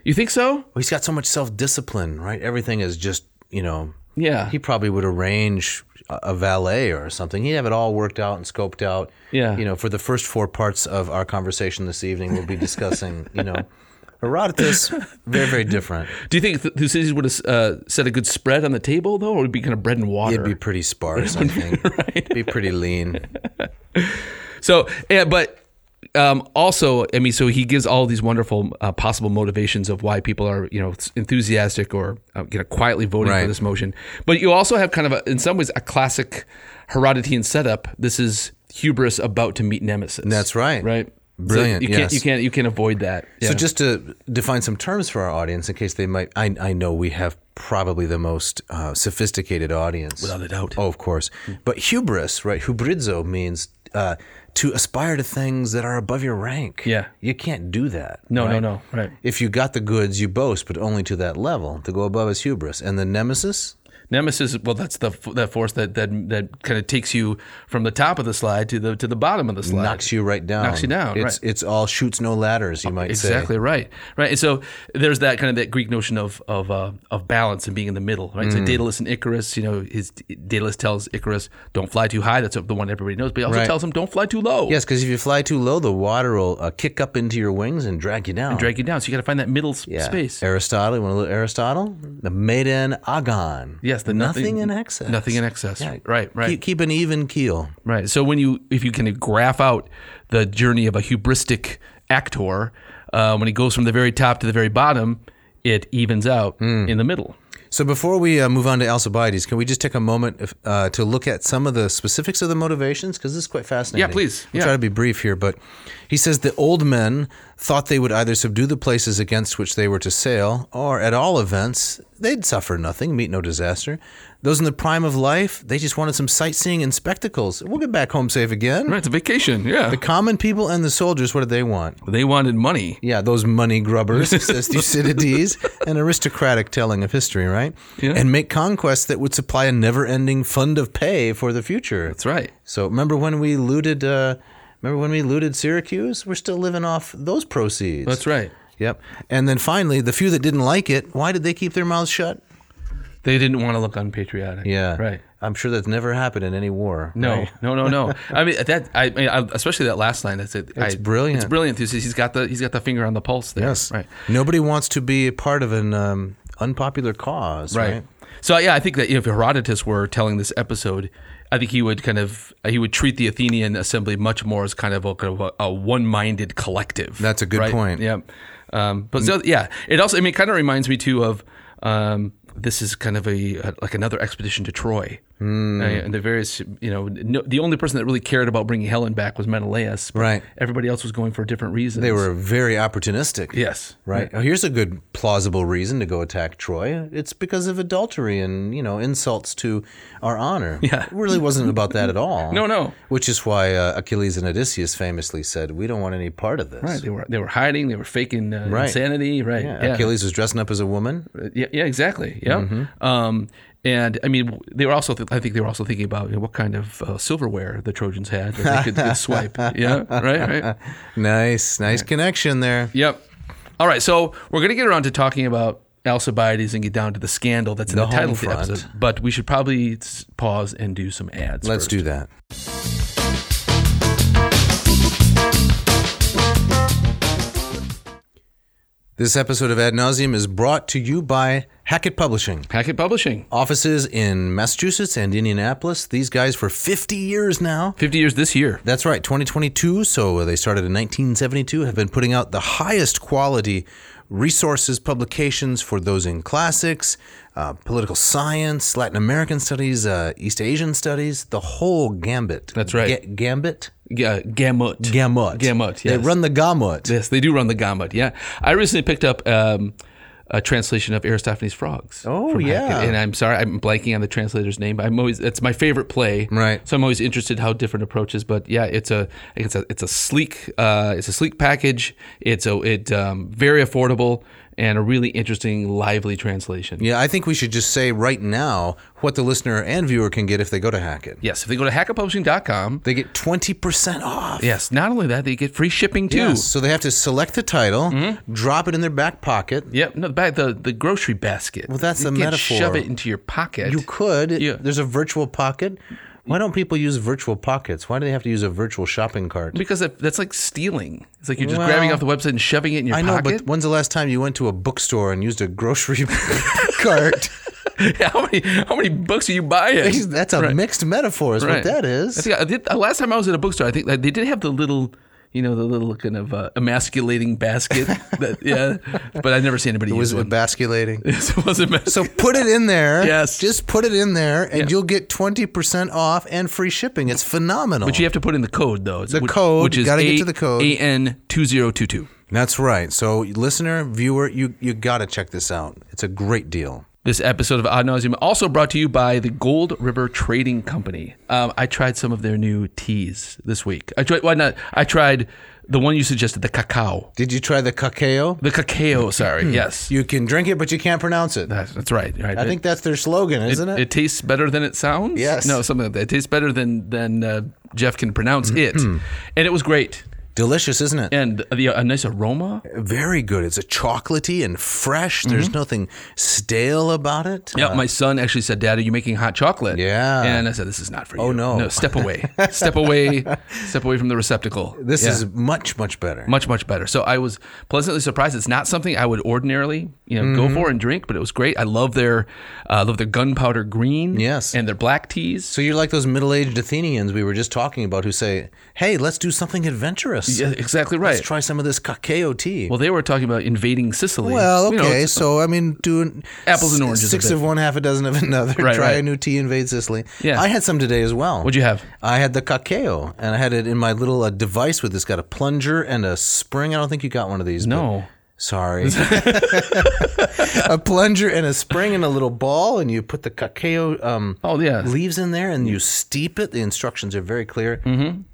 S2: You think so?
S1: He's got so much self-discipline, right? Everything is just you know.
S2: Yeah.
S1: He probably would arrange a a valet or something. He'd have it all worked out and scoped out.
S2: Yeah.
S1: You know, for the first four parts of our conversation this evening, we'll be discussing you know Herodotus. Very very different.
S2: Do you think Th- Thucydides would have uh, set a good spread on the table though, or would it be kind of bread and water?
S1: It'd be pretty sparse, I think. Be pretty lean.
S2: so, yeah, but um, also, I mean, so he gives all these wonderful uh, possible motivations of why people are, you know, enthusiastic or uh, you know, quietly voting
S1: Right.
S2: for this motion. But you also have kind of, a, in some ways, a classic Herodotian setup. This is hubris about to meet nemesis.
S1: That's right.
S2: right.
S1: Brilliant,
S2: So you can't.
S1: yes.
S2: You can't. You can't avoid that.
S1: So
S2: Yeah.
S1: just to define some terms for our audience, in case they might, I, I know we have probably the most uh, sophisticated audience,
S2: Without a doubt.
S1: Oh, of course. But hubris, right? Hubrizo means uh, to aspire to things that are above your rank.
S2: Yeah.
S1: you can't do that.
S2: no,
S1: right?
S2: no, no. Right.
S1: If you got the goods, you boast, but only to that level. To go above is hubris, and the nemesis.
S2: Nemesis, well, that's the f- that force that that that kind of takes you from the top of the slide to the to the bottom of the slide.
S1: Knocks you right down.
S2: Knocks you down,
S1: It's
S2: right. Uh,
S1: it's all shoots no ladders. You might
S2: exactly right, right. And so there's that kind of that Greek notion of of uh, of balance and being in the middle, right?
S1: Mm.
S2: So Daedalus and Icarus, you know, his Daedalus tells Icarus, "Don't fly too high." That's the one everybody knows, but he also
S1: Right.
S2: tells him, "Don't fly too low."
S1: say. Yes, because if you fly too low, the water will uh, kick up into your wings and drag you down.
S2: drag you down. So you got to find that middle s- space.
S1: Aristotle, you want a little Aristotle? The maiden agon.
S2: Yes, the
S1: nothing,
S2: nothing-
S1: in excess.
S2: nothing in excess. Right, right.
S1: Keep, keep an even keel.
S2: Right. So when you, if you can graph out the journey of a hubristic actor, uh, when he goes from the very top to the very bottom, it evens out
S1: Mm.
S2: in the middle.
S1: So before we uh, move on to Alcibiades, can we just take a moment if, uh, to look at some of the specifics of the motivations? Because this is quite fascinating.
S2: Yeah, please.
S1: We'll
S2: Yeah.
S1: try to be brief here, but he says the old men thought they would either subdue the places against which they were to sail, or at all events, they'd suffer nothing, meet no disaster. Those in the prime of life, they just wanted some sightseeing and spectacles. We'll get back home safe again.
S2: Right, it's a vacation. Yeah.
S1: The common people and the soldiers, what did they want?
S2: they wanted money.
S1: Yeah, those money grubbers, says Thucydides, an aristocratic telling of history, right?
S2: Yeah.
S1: And make conquests that would supply a never ending fund of pay for the future.
S2: That's right.
S1: So remember when we looted? Uh, remember when we looted Syracuse? We're still living off those proceeds.
S2: That's right.
S1: Yep. And then finally, the few that didn't like it, why did they keep their mouths shut?
S2: They didn't want to look unpatriotic.
S1: Yeah.
S2: Right.
S1: I'm sure that's never happened in any war.
S2: No,
S1: right?
S2: no, no, no. I mean that. I, mean, I especially that last line. That's it.
S1: It's
S2: I-
S1: brilliant.
S2: It's brilliant. He's- He's got the he's got the finger on the pulse there.
S1: Yes.
S2: Right.
S1: Nobody wants to be a part of an um, unpopular cause. Right.
S2: Right. So uh, yeah, I think that if Herodotus were telling this episode, I think he would kind of uh, he would treat the Athenian assembly much more as kind of a, kind of a, a one-minded collective.
S1: That's a good
S2: right?
S1: point.
S2: Yeah. Um, but so yeah, it also I mean it kind of reminds me too of um, this is kind of a, uh, like another expedition to Troy.
S1: Hmm.
S2: Uh, and the various, you know, no, the only person that really cared about bringing Helen back was Menelaus. but
S1: Right.
S2: Everybody else was going for different reasons.
S1: They were very opportunistic.
S2: yes,
S1: Right. Oh, here's a good plausible reason to go attack Troy. It's because of adultery and, you know, insults to our honor.
S2: Yeah.
S1: It really wasn't about that at all.
S2: No, no.
S1: Which is why uh, Achilles and Odysseus famously said, "We don't want any part of this."
S2: Right. They were they were hiding. They were faking uh,
S1: Right.
S2: insanity. Right.
S1: Yeah. Achilles was dressing up as a woman.
S2: Yeah, yeah, exactly. Yeah.
S1: Mm-hmm.
S2: Um, and I mean, they were also. I think they were also thinking about you know, what kind of uh, silverware the Trojans had that they could, could swipe. Yeah. Right. Right.
S1: Nice, nice connection there.
S2: Yep. All right. So we're gonna get around to talking about Alcibiades and get down to the scandal that's in
S1: The
S2: the, title of the
S1: Homefront.
S2: episode. But we should probably s- pause and do some ads.
S1: Let's
S2: first.
S1: do that. This episode of Ad Nauseum is brought to you by Hackett Publishing.
S2: Packet Publishing.
S1: Offices in Massachusetts and Indianapolis. These guys for 50 years now.
S2: Fifty years this year.
S1: That's right, 2022. So uh, they started in 1972, have been putting out the highest quality resources, publications for those in classics, uh, political science, Latin American studies, uh, East Asian studies, the whole gambit.
S2: That's right.
S1: Ga- gambit?
S2: G- uh, gamut.
S1: Gamut.
S2: Gamut,
S1: They
S2: yes.
S1: run the gamut.
S2: Yes, they do run the gamut. Yeah, I recently picked up um, a translation of Aristophanes' Frogs.
S1: Oh,
S2: from
S1: yeah.
S2: Hackett. and I'm sorry, I'm blanking on the translator's name, but I'm always that's my favorite play.
S1: Right.
S2: So I'm always interested how different approaches. But yeah, it's a it's a it's a sleek uh, it's a sleek package. It's a it um, very affordable and a really interesting, lively translation.
S1: Yeah, I think we should just say right now what the listener and viewer can get if they go to Hackett.
S2: Yes, if they go to hackapublishing.com.
S1: They get 20% off.
S2: Yes, not only that, they get free shipping too.
S1: Yes, So they have to select the title,
S2: Mm-hmm.
S1: drop it in their back pocket.
S2: Yep, no, the bag, the, the grocery basket. Well,
S1: that's
S2: you
S1: a
S2: can't
S1: metaphor.
S2: Shove it into your pocket.
S1: You could.
S2: Yeah.
S1: There's a virtual pocket. Why don't people use virtual pockets? Why do they have to use a virtual shopping cart?
S2: Because that, that's like stealing. It's like you're just
S1: Well,
S2: grabbing off the website and shoving it in your
S1: I know,
S2: pocket.
S1: but when's the last time you went to a bookstore and used a grocery cart?
S2: how many how many books are you buying?
S1: That's a mixed metaphor, is what
S2: Right.
S1: that
S2: I
S1: is.
S2: think I did, uh, last time I was at a bookstore, I think that they did have the little, you know, the little kind of uh, emasculating basket. that, yeah, but I never see anybody
S1: Was
S2: use
S1: it
S2: one.
S1: basculating?
S2: Yes, it was emas-
S1: So put it in there.
S2: Yes.
S1: Just put it in there and you'll get 20% off and free shipping. It's phenomenal.
S2: But you have to put in the code though. It's
S1: The
S2: which-
S1: code,
S2: which is
S1: gotta get to the code.
S2: AN two zero two two.
S1: That's right. So listener, viewer, you you got to check this out. It's a great deal.
S2: This episode of Odd Nauseam also brought to you by the Gold River Trading Company. Um, I tried some of their new teas this week. I tried, why not? I tried the one you suggested, the cacao.
S1: Did you try the cacao?
S2: The cacao, sorry. yes.
S1: You can drink it, but you can't pronounce it.
S2: That's, that's right. right.
S1: I think that's their slogan, isn't it?
S2: it tastes better than it sounds.
S1: Yes.
S2: No, something like that. It tastes better than, than uh, Jeff can pronounce it.
S1: Mm-hmm.
S2: And it was great.
S1: Delicious, isn't it?
S2: And the, a nice aroma.
S1: Very good. It's a chocolatey and fresh. There's nothing stale about it.
S2: Mm-hmm.
S1: Uh,
S2: Yeah, my son actually said, "Dad, are you making hot chocolate?"
S1: Uh-huh. Yeah.
S2: and I said, "This is not for you.
S1: Oh, no.
S2: no, step away, step away, step away from the receptacle."
S1: This
S2: Yeah.
S1: is much, much better.
S2: much much better. So I was pleasantly surprised. It's not something I would ordinarily you know
S1: Mm-hmm.
S2: go for and drink, but it was great. I love their uh, love their gunpowder green,
S1: Yes.
S2: and their black teas.
S1: so you're like those middle-aged Athenians we were just talking about who say, "Hey, let's do something adventurous.
S2: yeah, exactly right.
S1: Let's try some of this cacao tea."
S2: well, they were talking about invading Sicily.
S1: Well, okay.
S2: You know, it's-
S1: so I mean, doing
S2: Apples and
S1: s-
S2: oranges a
S1: Six
S2: bit.
S1: of one, half a dozen of another.
S2: Right,
S1: Try a
S2: right.
S1: new tea, invade Sicily.
S2: Yeah.
S1: I had some today as well.
S2: What'd you have?
S1: I had the cacao, and I had it in my little uh, device with this. Got a plunger and a spring. I don't think you got one of these. but-
S2: No.
S1: Sorry. a plunger and a spring and a little ball, and you put the cacao um,
S2: Oh yeah, Mm.
S1: leaves in there and you steep it. The instructions are very clear.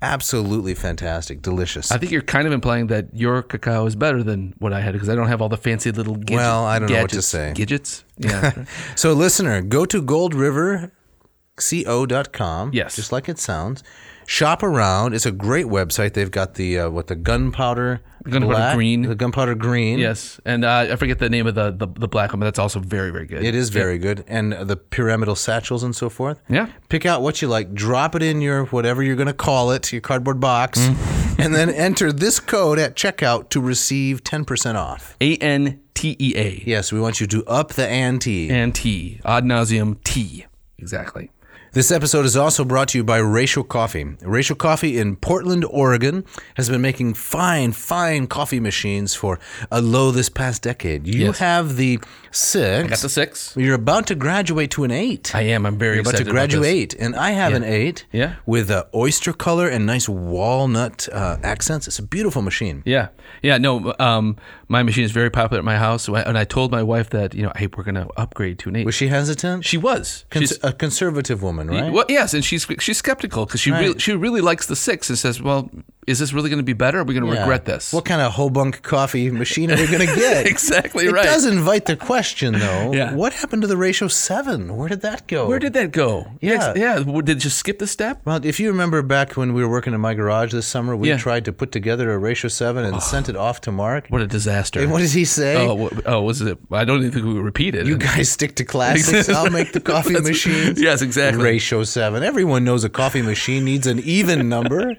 S1: Absolutely fantastic. Delicious.
S2: Mm-hmm. I think you're kind of implying that your cacao is better than what I had because I don't have all the fancy little gadgets.
S1: Well, I don't know what to
S2: gadgets-
S1: say.
S2: Gadgets? Yeah.
S1: So, listener, go to goldriverco.com.
S2: Yes.
S1: Just like it sounds. Shop around. It's a great website. They've got the, uh, what, the gunpowder
S2: Gunpowder
S1: black-
S2: green.
S1: The gunpowder green.
S2: yes, and uh, I forget the name of the, the the black one, but that's also very very good.
S1: It is very good. And the pyramidal satchels and so forth.
S2: Yeah.
S1: Pick out what you like, drop it in your whatever you're going to call it, your cardboard box,
S2: Mm.
S1: and then enter this code at checkout to receive 10% off.
S2: A N T E A
S1: Yes, we want you to up the ante.
S2: and T E. ad nauseum T exactly.
S1: This episode is also brought to you by Racial Coffee. Racial Coffee in Portland, Oregon has been making fine, fine coffee machines for a low this past decade. You
S2: Yes.
S1: have the
S2: Got
S1: six.
S2: the six.
S1: You're about to graduate to an eight.
S2: I am. I'm very
S1: You're about to
S2: excited about this.
S1: graduate, and I have an eight.
S2: Yeah.
S1: With a oyster color and nice walnut uh, accents. It's a beautiful machine.
S2: Yeah, yeah. No, um, my machine is very popular at my house, so I, and I told my wife that you know, hey, we're gonna upgrade to an eight.
S1: Was she hesitant?
S2: she was.
S1: Cons-
S2: She's-
S1: a conservative woman, right?
S2: Well, yes, and she's she's skeptical because she really, she really likes the six and says, "Well, is this really going to be better? Are we going to
S1: Yeah.
S2: regret this?"
S1: What kind of hobunk coffee machine are we going to get?
S2: Exactly
S1: it
S2: right.
S1: does invite the question, though.
S2: Yeah.
S1: What happened to the ratio seven? Where did that go?
S2: Where did that go?
S1: Yeah.
S2: Ex- yeah. w- Did it just skip the step?
S1: well, if you remember back when we were working in my garage this summer, we
S2: Yeah. Oh.
S1: tried to put together a ratio seven and sent it off to Mark.
S2: What a disaster!
S1: And what did he say?
S2: oh, what, oh, was it? I don't even think we repeated.
S1: You guys stick to classics. I'll make the coffee machines.
S2: Yes, exactly.
S1: Ratio seven. Everyone knows a coffee machine needs an even number.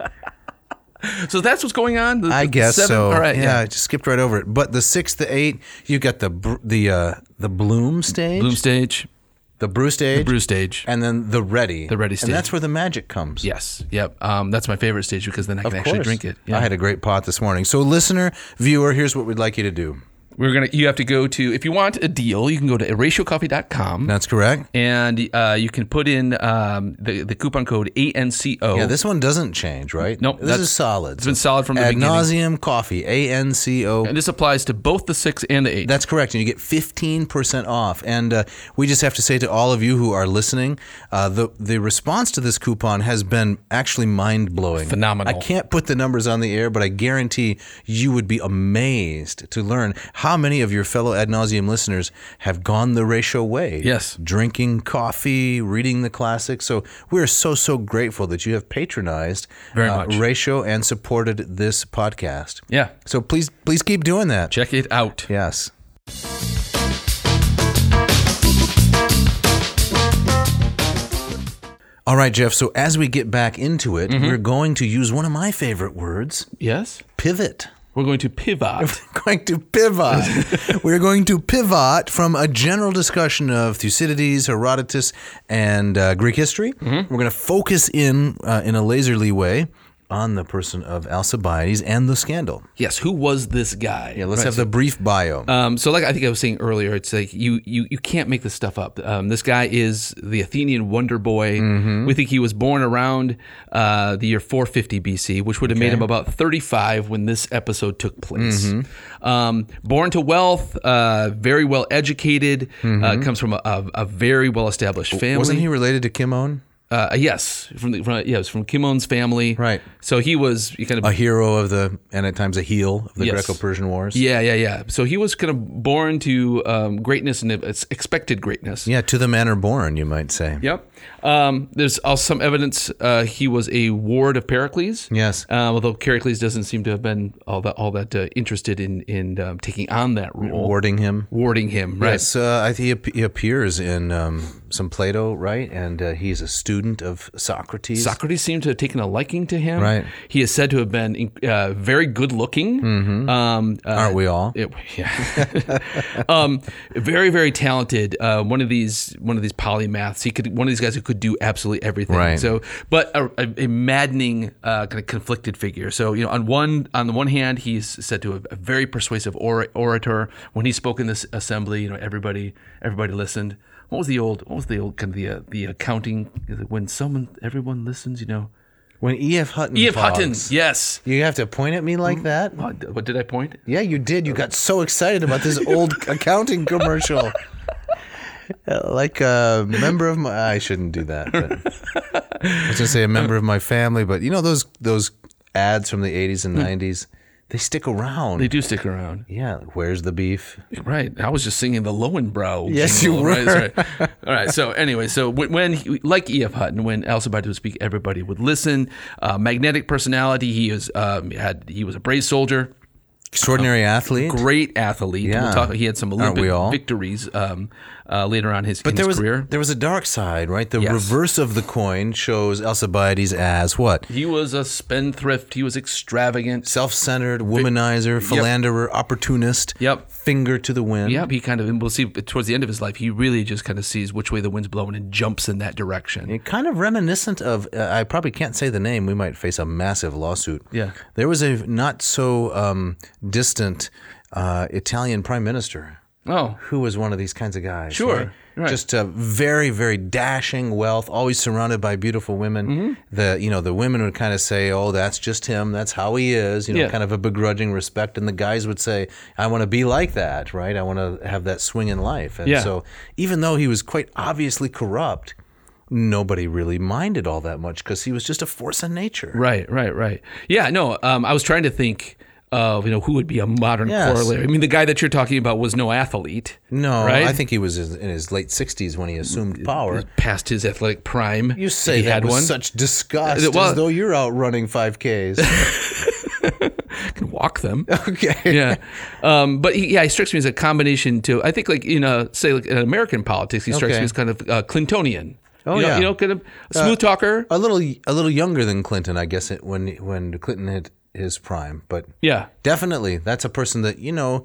S2: So that's what's going on. The-
S1: I
S2: the
S1: guess
S2: seven?
S1: so.
S2: All right.
S1: yeah,
S2: Yeah.
S1: I just skipped right over it. But the six, the eight, you got the br- the uh, the bloom stage,
S2: Bloom stage,
S1: the brew stage,
S2: brew stage.
S1: and then the ready.
S2: The ready stage.
S1: And that's where the magic comes.
S2: Yes. Yep. Um, that's my favorite stage because then I can
S1: Of
S2: actually
S1: course.
S2: drink it.
S1: I had a great pot this morning. So, listener, viewer, here's what we'd like you to do.
S2: We're gonna. You have to go to if you want a deal. You can go to erashocoffee.com.
S1: That's correct.
S2: and uh, you can put in um, the the coupon code ANCO.
S1: Yeah, this one doesn't change, right?
S2: oh. Nope,
S1: This
S2: that's-
S1: is solid.
S2: it's been solid from the
S1: Ad
S2: beginning.
S1: nauseum coffee, A N C O
S2: and this applies to both the six and the eight.
S1: That's correct, and you get fifteen percent off. And uh, we just have to say to all of you who are listening, uh, the the response to this coupon has been actually mind blowing,
S2: Phenomenal.
S1: I can't put the numbers on the air, but I guarantee you would be amazed to learn how many of your fellow ad nauseum listeners have gone the ratio way.
S2: Yes.
S1: drinking coffee, reading the classics. So we're so so grateful that you have patronized uh,
S2: Very much.
S1: ratio and supported this podcast.
S2: yeah,
S1: So please please keep doing that.
S2: check it out.
S1: Yes. All right, Jeff. So as we get back into it, we're going to use one of my favorite words,
S2: Yes,
S1: pivot.
S2: we're going to pivot.
S1: Going to pivot. We're going to pivot from a general discussion of Thucydides, Herodotus, and uh, Greek history. We're going to focus in uh, in a laserly way on the person of Alcibiades and the scandal. Uh,
S2: yes, who was this guy? Yeah,
S1: Let's have the brief bio.
S2: Um, so, like I think I was saying earlier, it's like you you you can't make this stuff up. Um, this guy is the Athenian wonder boy.
S1: Mm-hmm.
S2: We think he was born around uh, the year 450 BC, which would have made him about 35 when this episode took place.
S1: Mm-hmm.
S2: Um, born to wealth, uh, very well educated, uh, comes from a, a, a very well established family.
S1: Mm-hmm. Wasn't he related to Kimon?
S2: Uh, yes, from the from, yeah, it was from Kimon's family.
S1: Right.
S2: So he was he kind of
S1: a hero of the and at times a heel of the
S2: Yes.
S1: Greco-Persian wars.
S2: Yeah, yeah, yeah. So he was kind of born to um, greatness and it's expected greatness.
S1: Yeah, to the manner born, you might say.
S2: Yep. Um, there's also some evidence uh, he was a ward of Pericles.
S1: Yes.
S2: Uh, although Pericles doesn't seem to have been all that all that uh, interested in in um, taking on that role,
S1: Warding him.
S2: warding him. Right.
S1: Yes, uh, I think he, ap- he appears in um, some Plato, right? And uh, he's a student of Socrates.
S2: Socrates seemed to have taken a liking to him.
S1: Right. Hmm.
S2: He is said to have been uh, very good looking. Um, uh,
S1: Aren't we all?
S2: It, yeah. um, very, very talented. Uh, one of these, one of these polymaths. He could, one of these guys who could do absolutely everything.
S1: Right.
S2: So, but a, a, a maddening, uh, kind of conflicted figure. So, you know, on one, on the one hand, he's said to have a very persuasive or, orator. When he spoke in this assembly, you know, everybody, everybody listened. What was the old? What was the old kind of the uh, the accounting? When someone, everyone listens. You know,
S1: When E.F. Hutton.
S2: E.F. Hutton. Mm-hmm.
S1: fogs,
S2: Yes.
S1: You have to point at me like that?
S2: What, what did I point?
S1: Yeah, you did. You got so excited about this old accounting commercial. Uh, Like a member of my, I shouldn't do that. But I was gonna say a member of my family, but you know those those ads from the '80s and '90s, Hmm. they stick around.
S2: They do stick around.
S1: yeah, like, where's the beef?
S2: Right. I was just singing the Lowenbrow.
S1: Yes, you
S2: jingle, Right,
S1: were.
S2: that's right. All right. So anyway, so when, when he- like E.F. Hutton, when Alcibiades would speak, everybody would listen. Uh, magnetic personality. He is um, had he was a brave soldier,
S1: Extraordinary athlete.
S2: great athlete.
S1: Yeah.
S2: We'll talk, he had some
S1: Aren't we
S2: Olympic
S1: all?
S2: victories um, uh, later on his, in
S1: there
S2: his
S1: was
S2: career.
S1: there was a dark side, right? The
S2: Yes.
S1: reverse of the coin shows Alcibiades as what?
S2: He was a spendthrift. He was extravagant.
S1: Self-centered, womanizer, philanderer, opportunist.
S2: Yep.
S1: Finger to the wind.
S2: Yeah, he kind of, and we'll see towards the end of his life, he really just kind of sees which way the wind's blowing and jumps in that direction.
S1: It kind of reminiscent of uh, I probably can't say the name. We might face a massive lawsuit.
S2: Yeah.
S1: there was a not so um, distant uh, Italian prime minister
S2: Oh,
S1: who was one of these kinds of guys.
S2: Sure,
S1: right?
S2: right.
S1: just uh, very very dashing wealth, always surrounded by beautiful women.
S2: Mm-hmm.
S1: The you know the women would kind of say, "Oh, that's just him. That's how he is." You know,
S2: Yeah.
S1: kind of a begrudging respect, and the guys would say, "I want to be like that, right? I want to have that swing in life." And
S2: Yeah.
S1: so, even though he was quite obviously corrupt. Nobody really minded all that much because he was just a force of nature.
S2: Right, right, right. Yeah, no, um, I was trying to think of, you know, who would be a modern
S1: Yes.
S2: corollary. I mean, the guy that you're talking about was no athlete.
S1: No,
S2: Right? Mm,
S1: I think he was in in his late 60s when he assumed power.
S2: Past his athletic prime.
S1: You say
S2: he
S1: that
S2: had
S1: with
S2: one.
S1: such disgust,
S2: Uh, well-
S1: as though you're out running 5Ks.
S2: can walk them.
S1: okay.
S2: yeah. Um, but he, yeah, he strikes me as a combination too. I think like in a say like in American politics, he strikes
S1: Okay.
S2: me as kind of uh, Clintonian.
S1: Oh,
S2: you know,
S1: yeah. Uh,
S2: you know, kind of smooth talker.
S1: a little a little younger than Clinton, I guess, it, when when Clinton hit his prime. But
S2: yeah.
S1: definitely, that's a person that you know,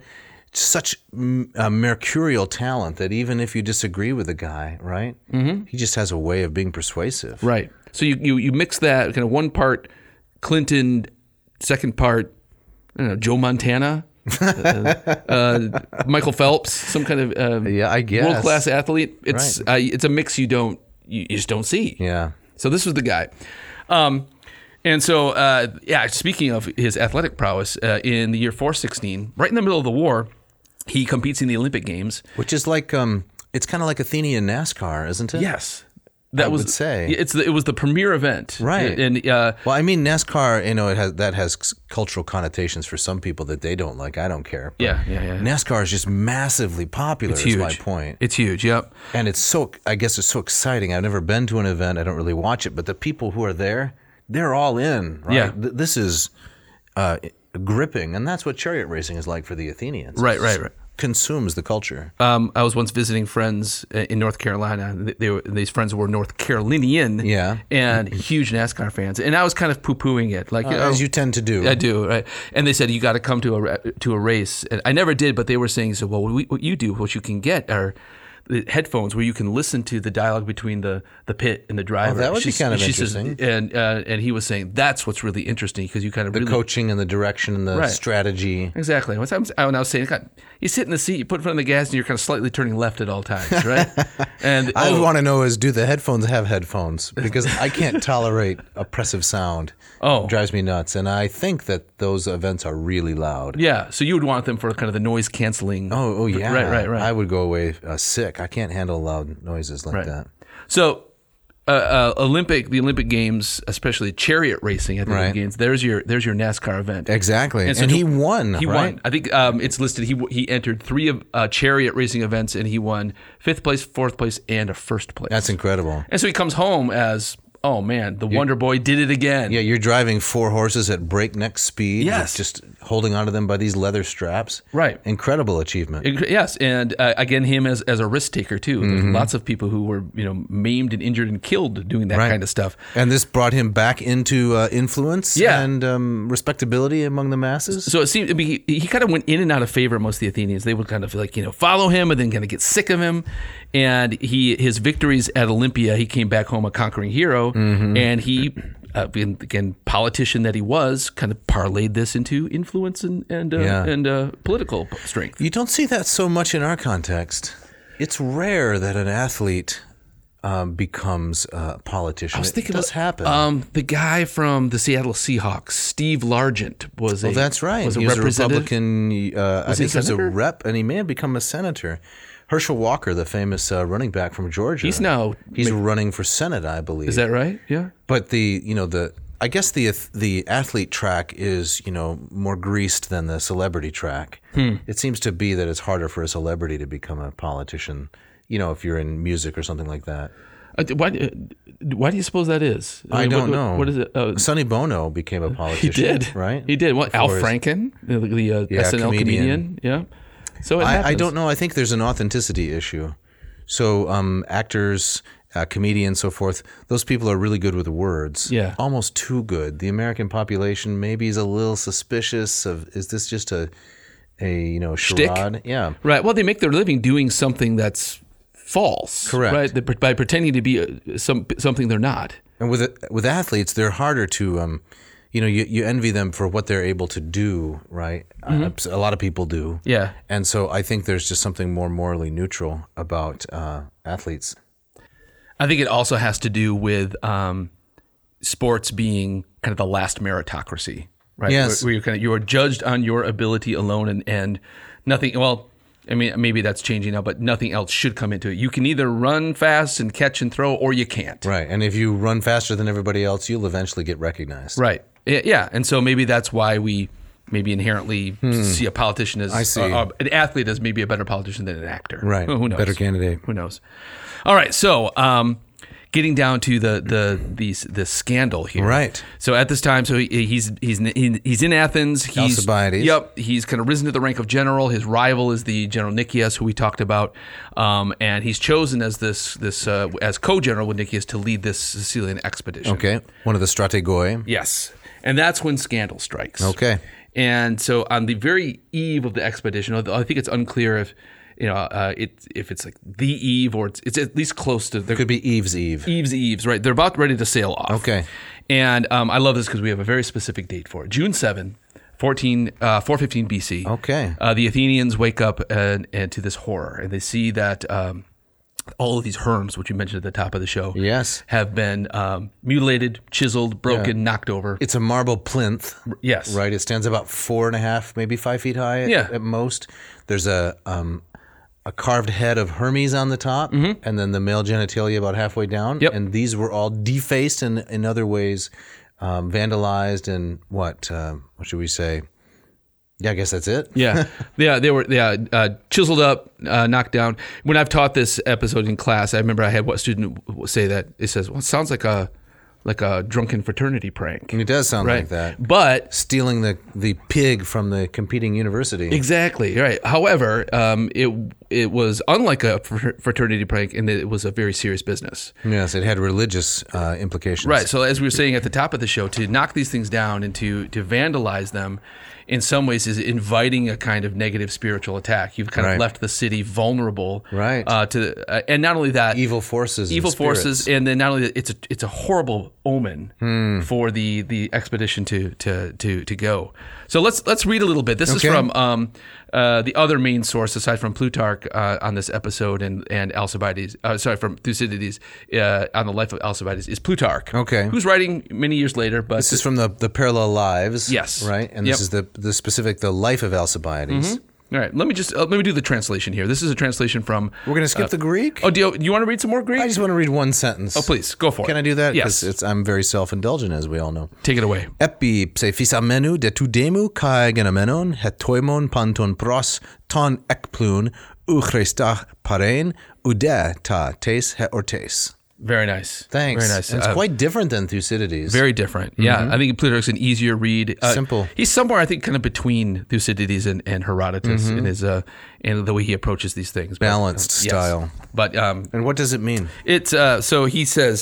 S1: such mm, uh, mercurial talent that even if you disagree with a guy, right, mm-hmm. he just has a way of being persuasive.
S2: Right. So you, you you mix that kind of one part Clinton, second part I don't know Joe Montana, uh, uh, Michael Phelps, some kind of um,
S1: Yeah, I guess.
S2: world class athlete. It's uh, it's a mix you don't you, you just don't see.
S1: Yeah.
S2: So this was the guy. Um, and so, uh, yeah, speaking of his athletic prowess, uh, in the year 416, right in the middle of the war, he competes in the Olympic Games.
S1: Which is like um, it's kind of like Athenian NASCAR, isn't it?
S2: Yes. That was
S1: would say.
S2: it's the, it was the premier event,
S1: Right.
S2: And uh,
S1: Well, I mean NASCAR, you know, it has that has cultural connotations for some people that they don't like. I don't care. But
S2: Yeah, yeah, yeah.
S1: NASCAR is just massively popular.
S2: It's
S1: is
S2: huge.
S1: my point.
S2: It's huge. Yep.
S1: and it's so i guess it's so exciting i've never been to an event i don't really watch it but the people who are there they're all in right
S2: Yeah.
S1: Th- this is uh, gripping and that's what chariot racing is like for the athenians
S2: Right,
S1: It
S2: right, right.
S1: consumes the culture
S2: Um, I was once visiting friends uh, in North Carolina. They, they were, these friends were North Carolinian.
S1: Yeah.
S2: And huge NASCAR fans, and I was kind of poo pooing it, like you know,
S1: Uh, as you tend to do
S2: oh. I do, right? And they said you got to come to a ra- to a race, and I never did. But they were saying, so well, we, what you do, what you can get are the headphones where you can listen to the dialogue between the the pit and the driver.
S1: Oh, that would be
S2: She's-
S1: kind of
S2: she says-
S1: interesting.
S2: and uh, and he was saying that's what's really interesting because you kind of
S1: the
S2: really
S1: coaching and the direction and the
S2: Right.
S1: strategy
S2: Exactly. What's I'm, I was saying, God, you sit in the seat, you put in front of the gas, and you're kind of slightly turning left at all times, right? and
S1: I
S2: oh,
S1: want to know is do the headphones have headphones? Because I can't tolerate oppressive sound.
S2: Oh.
S1: It drives me nuts. And I think that those events are really loud.
S2: yeah. So you would want them for kind of the noise canceling.
S1: Oh, oh yeah.
S2: Right, right, right.
S1: I would go away uh, sick. I can't handle loud noises like that.
S2: So, uh, uh, Olympic, the Olympic Games, especially chariot racing at the
S1: Right.
S2: Olympic Games. There's your there's your NASCAR event.
S1: Exactly. And,
S2: so
S1: he
S2: do-
S1: won.
S2: He
S1: right?
S2: won. I think um, it's listed. He w- he entered three of uh, chariot racing events, and he won fifth place, fourth place, and a first place.
S1: That's incredible.
S2: and so he comes home as oh man, the Wonder Boy did it again.
S1: Yeah, you're driving four horses at breakneck speed.
S2: Yes.
S1: Just holding onto them by these leather straps.
S2: Right.
S1: Incredible achievement.
S2: Inc- Yes, and uh, again, him as, as a risk taker too. There's lots of people who were you know maimed and injured and killed doing that kind of stuff.
S1: and this brought him back into uh, influence
S2: Yeah.
S1: and um, respectability among the masses.
S2: So it seemed I mean, he, he kind of went in and out of favor. Most of the Athenians they would kind of like you know follow him and then kind of get sick of him. And he his victories at Olympia, he came back home a conquering hero, and he. Uh, being, again, politician that he was, kind of parlayed this into influence and and uh,
S1: Yeah.
S2: and uh, political strength.
S1: You don't see that so much in our context. It's rare that an athlete um, becomes a politician.
S2: I was thinking
S1: it does
S2: about-
S1: happen.
S2: Um, the guy from the Seattle Seahawks, Steve Largent, was
S1: well,
S2: a
S1: that's right.
S2: Was a
S1: he was a
S2: representative.
S1: Republican. Uh, I
S2: he a
S1: think he was a
S2: senator?
S1: rep, and he may have become a senator. Herschel Walker, the famous uh, running back from Georgia,
S2: He's now-
S1: he's running for senate, I believe.
S2: Is that right? Yeah.
S1: But the you know the I guess the the athlete track is you know more greased than the celebrity track.
S2: Hmm.
S1: It seems to be that it's harder for a celebrity to become a politician. You know, if you're in music or something like that.
S2: Uh, d- why? d- uh, Why do you suppose that is?
S1: I,
S2: mean,
S1: don't
S2: what, what-
S1: know.
S2: What is it? Uh,
S1: Sonny Bono became a
S2: he
S1: politician.
S2: did,
S1: right?
S2: He did. What? Al
S1: Before his-
S2: Franken, the, the uh,
S1: Yeah,
S2: SNL comedian.
S1: comedian.
S2: Yeah. So it
S1: I, I
S2: happens.
S1: don't know. I think there's an authenticity issue. So um, actors, uh, comedians, so forth. Those people are really good with words.
S2: Yeah.
S1: almost too good. The American population maybe is a little suspicious of is this just a a you know charade? Yeah,
S2: Right. Well, they make their living doing something that's false.
S1: Correct.
S2: Right. They, pre- by pretending to be uh, some something they're not.
S1: and with with athletes, they're harder to. Um, you know, you, you envy them for what they're able to do, right? Uh, a lot of people do.
S2: Mm-hmm. Yeah.
S1: And so I think there's just something more morally neutral about uh, athletes.
S2: I think it also has to do with um, sports being kind of the last meritocracy, right?
S1: Yes.
S2: Where, where you're kind of you are judged on your ability alone, and and nothing. Well, I mean, maybe that's changing now, but nothing else should come into it. You can either run fast and catch and throw, or you can't.
S1: Right. And if you run faster than everybody else, you'll eventually get recognized.
S2: Right. Yeah, Yeah. And so maybe that's why we maybe inherently see a politician as
S1: Hmm. see.
S2: uh, an athlete as maybe a better politician than an actor.
S1: Right.
S2: Who knows?
S1: Better candidate.
S2: Who knows? All right. So, um, getting down to the the the, the scandal here.
S1: Right.
S2: So at this time, so he, he's he's in- he's in Athens. He's
S1: Alcibiades.
S2: Yep. He's kind of risen to the rank of general. His rival is the general Nicias, who we talked about, um, and he's chosen as this this uh, as co-general with Nicias to lead this Sicilian expedition.
S1: Okay. One of the strategoi.
S2: Yes. And that's when scandal strikes.
S1: Okay.
S2: And so on the very eve of the expedition, although I think it's unclear if you know uh, it if it's like the eve or it's, it's at least close to the
S1: Could be Eve's Eve.
S2: eve's eves, right? They're about ready to sail off.
S1: Okay.
S2: And um, I love this because we have a very specific date for it. June 7, 14, uh, 415 BC.
S1: Okay.
S2: Uh, the Athenians wake up and, and to this horror and they see that um, all of these herms, which you mentioned at the top of the show,
S1: Yes.
S2: have been um, mutilated, chiseled, broken, knocked over.
S1: It's a marble plinth,
S2: yes.
S1: right? It stands about four and a half, maybe five feet high at,
S2: Yeah.
S1: at most. There's a um, a carved head of Hermes on the top, and then the male genitalia about halfway down.
S2: Mm-hmm. Yep.
S1: And these were all defaced and in other ways um, vandalized and what? Uh, what should we say? Yeah, I guess that's it.
S2: yeah, yeah, they were yeah uh, chiseled up, uh, knocked down. When I've taught this episode in class, I remember I had one student w- say that it says, "Well, it sounds like a like a drunken fraternity prank."
S1: It does sound Mm, like that.
S2: But
S1: stealing the the pig from the competing university.
S2: exactly right. However, um, it it was unlike a fr- fraternity prank in that it was a very serious business.
S1: Yes, it had religious uh, implications.
S2: Right. So as we were saying at the top of the show, to knock these things down and to to vandalize them, in some ways, is inviting a kind of negative spiritual attack. You've kind of
S1: Right.
S2: left the city vulnerable.
S1: Right.
S2: Uh, to uh, and not only that,
S1: Evil forces. and
S2: evil forces,
S1: spirits. Hmm.
S2: and then not only that, it's a it's a horrible omen for the the expedition to to to to go. So let's let's read a little bit. This is
S1: Okay.
S2: from um, uh, the other main source aside from Plutarch uh, on this episode and and Alcibiades. Uh, sorry, from Thucydides uh, on the life of Alcibiades is Plutarch.
S1: Okay.
S2: who's writing many years later, but
S1: This is from the the parallel lives.
S2: Yes.
S1: Right, and
S2: Yep.
S1: this is the the specific the life of Alcibiades.
S2: all right. Let me just uh, let me do the translation here. This is a translation from.
S1: We're gonna skip the Greek.
S2: Oh, do you, you want to read some more Greek?
S1: I just want to read one sentence. Oh,
S2: Please go for it.
S1: Can I do that? 'Cause
S2: Yes.
S1: It's, I'm very self indulgent, as we all know.
S2: Take it away.
S1: Epi ψεφισαμενου de tudemu kai genamenon hetoimon panton pros ton ekplun u Christa paren ude ta tes heortes.
S2: Very nice.
S1: Thanks.
S2: Very nice.
S1: And it's
S2: Uh,
S1: quite different than Thucydides.
S2: Very different. Yeah, I think Plutarch's an easier read. Uh,
S1: Mm-hmm. Simple.
S2: He's somewhere I think kind of between Thucydides and, and Herodotus in his uh in the way he approaches these things. But, uh,
S1: Mm-hmm. Balanced
S2: yes.
S1: style.
S2: But um,
S1: And what does it mean?
S2: it's uh, so he says,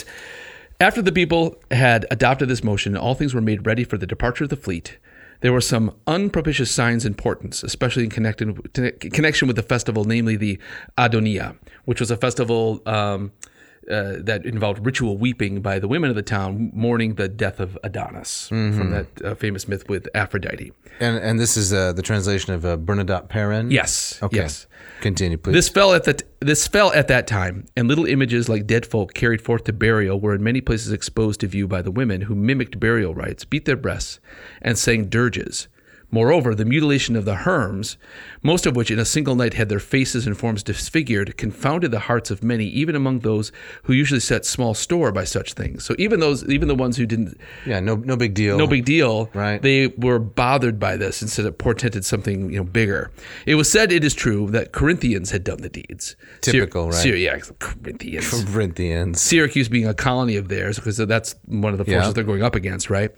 S2: after the people had adopted this motion, all things were made ready for the departure of the fleet. There were some unpropitious signs in portents, especially in connected, connection with the festival, namely the Adonia, which was a festival um, uh, that involved ritual weeping by the women of the town mourning the death of Adonis from that uh, famous myth with Aphrodite.
S1: And and this is uh, the translation of uh, Bernadotte Perrin.
S2: Yes.
S1: Okay.
S2: Yes.
S1: Continue, please.
S2: This fell at the t- this fell at that time, and little images like dead folk carried forth to burial were in many places exposed to view by the women who mimicked burial rites, beat their breasts, and sang dirges. Moreover, the mutilation of the herms, most of which in a single night had their faces and forms disfigured, confounded the hearts of many, even among those who usually set small store by such things. So even those, even the ones who didn't
S1: yeah. No. No big deal.
S2: no big deal.
S1: Oh. Right.
S2: They were bothered by this and said it portended something you know bigger. It was said, it is true, that Corinthians had done the deeds. Syr-
S1: Typical, right?
S2: Syr- yeah, Corinthians.
S1: Corinthians.
S2: Syracuse being a colony of theirs, because that's one of the forces
S1: Yeah.
S2: they're going up against, right?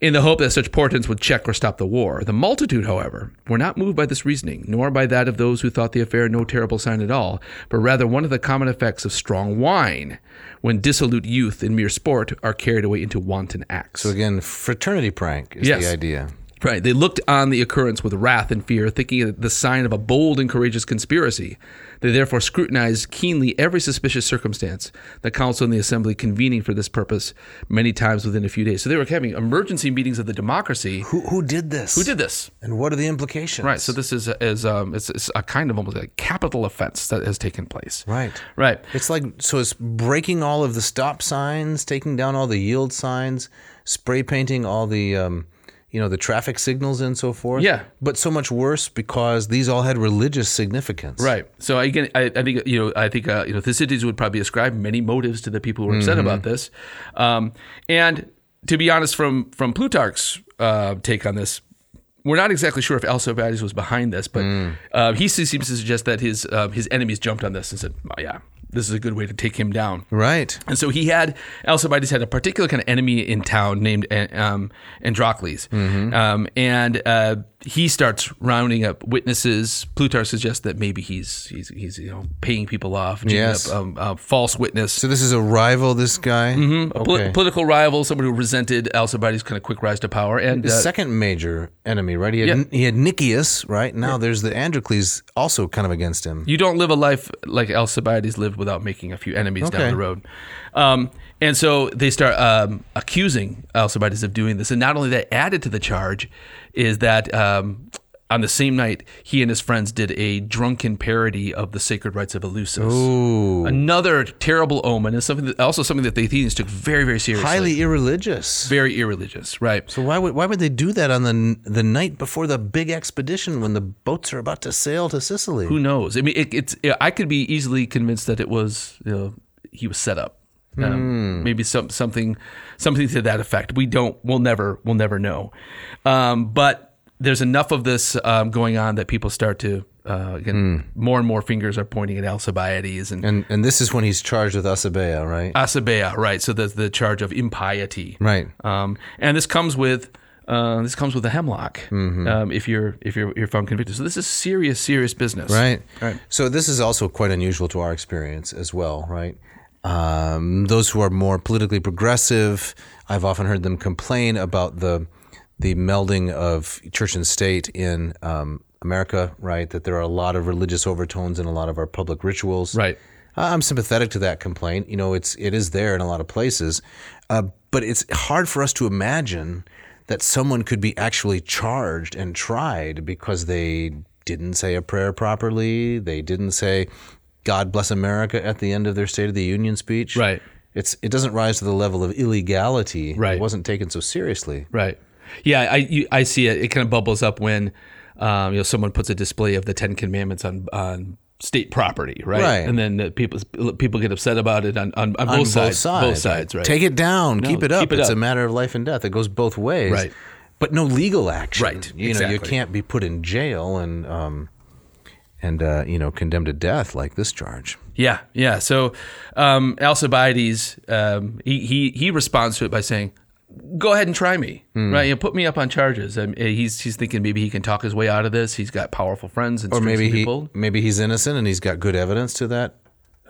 S2: In the hope that such portents would check or stop the war. The multitude, however, were not moved by this reasoning, nor by that of those who thought the affair no terrible sign at all, but rather one of the common effects of strong wine, when dissolute youth in mere sport are carried away into wanton acts.
S1: Again, fraternity prank is
S2: Yes.
S1: the idea.
S2: Right. They looked on the occurrence with wrath and fear, thinking it the sign of a bold and courageous conspiracy. They therefore scrutinized keenly every suspicious circumstance, the council and the assembly convening for this purpose many times within a few days. So they were having emergency meetings of the democracy.
S1: Who who did this?
S2: Who did this?
S1: And what are the implications?
S2: Right. So this is is um, it's, it's a kind of almost a capital offense that has taken place.
S1: Right.
S2: Right.
S1: It's like so it's breaking all of the stop signs, taking down all the yield signs, spray painting all the um, you know the traffic signals and so forth.
S2: Yeah.
S1: But so much worse because these all had religious significance.
S2: Right. So again, I, I think you know, I think uh, you know, Thucydides would probably ascribe many motives to the people who were upset about this. Um, and to be honest, from from Plutarch's uh, take on this, we're not exactly sure if Alcibiades was behind this, but uh, he se- seems to suggest that his uh, his enemies jumped on this and said, oh, "Yeah, this is a good way to take him down."
S1: Right.
S2: And so he had Alcibiades had a particular kind of enemy in town named uh, um, Androcles,
S1: Mm-hmm.
S2: um, and uh, he starts rounding up witnesses. Plutarch suggests that maybe he's he's, he's you know paying people off, giving
S1: Yes.
S2: up, um, a false witness,
S1: So this is a rival. This guy. Mm-hmm.
S2: a poli- political rival, someone who resented Alcibides' kind of quick rise to power, and
S1: His
S2: uh,
S1: second major enemy, right? He had,
S2: Yeah.
S1: he had Nicias, right? Now there's the Androcles, also kind of against him.
S2: you don't live a life like Alcibiades lived without making a few enemies down
S1: Okay.
S2: the road. Um, and so they start um, accusing Alcibiades of doing this. And not only that, added to the charge is that um, on the same night, he and his friends did a drunken parody of the sacred rites of Eleusis. Another terrible omen, and something that, also something that the Athenians took very, very seriously.
S1: Highly irreligious.
S2: very irreligious, right?
S1: So why would why would they do that on the the night before the big expedition when the boats are about to sail to Sicily?
S2: Who knows? I mean, it, it's. I could be easily convinced that it was you know, he was set up.
S1: Hmm.
S2: Um, Maybe some something something to that effect. We don't. We'll never. We'll never know. Um, but there's enough of this um, going on that people start to uh, again. More and more fingers are pointing at Alcibiades and,
S1: Hmm. And and this is when he's charged with Asabea, right?
S2: Acebaea, right? So there's the charge of impiety,
S1: right.
S2: um, and this comes with uh, this comes with a hemlock
S1: Mm-hmm.
S2: um, if you're if you're, you're found convicted. So this is serious serious business,
S1: Right. So this is also quite unusual to our experience as well, right? Um, those who are more politically progressive, I've often heard them complain about the the melding of church and state in um, America, right? That there are a lot of religious overtones in a lot of our public rituals,
S2: Right.
S1: I- I'm sympathetic to that complaint. You know, it's it is there in a lot of places, uh, but it's hard for us to imagine that someone could be actually charged and tried because they didn't say a prayer properly. They didn't say "God bless America" at the end of their State of the Union speech.
S2: Right.
S1: It's it doesn't rise to the level of illegality.
S2: Right.
S1: It wasn't taken so seriously.
S2: Right. Yeah, I you, I see it. It kind of bubbles up when um, you know someone puts a display of the Ten Commandments on on state property, right?
S1: Right.
S2: And then uh, people people get upset about it on on, on,
S1: On
S2: both, sides, Both sides, right?
S1: Take it down. keep it up.
S2: keep it
S1: it's
S2: up.
S1: a matter of life and death. It goes both ways.
S2: Right.
S1: But no legal action.
S2: Right,
S1: You know, you
S2: exactly.
S1: can't be put in jail and um, and uh, you know condemned to death like this charge.
S2: Yeah, yeah. So um, Alcibiades, um, he, he he responds to it by saying, "Go ahead and try me,
S1: Hmm.
S2: right? You know, put me up on charges." Um, he's he's thinking maybe he can talk his way out of this. He's got powerful friends and
S1: Or maybe he
S2: people.
S1: maybe he's innocent and he's got good evidence to that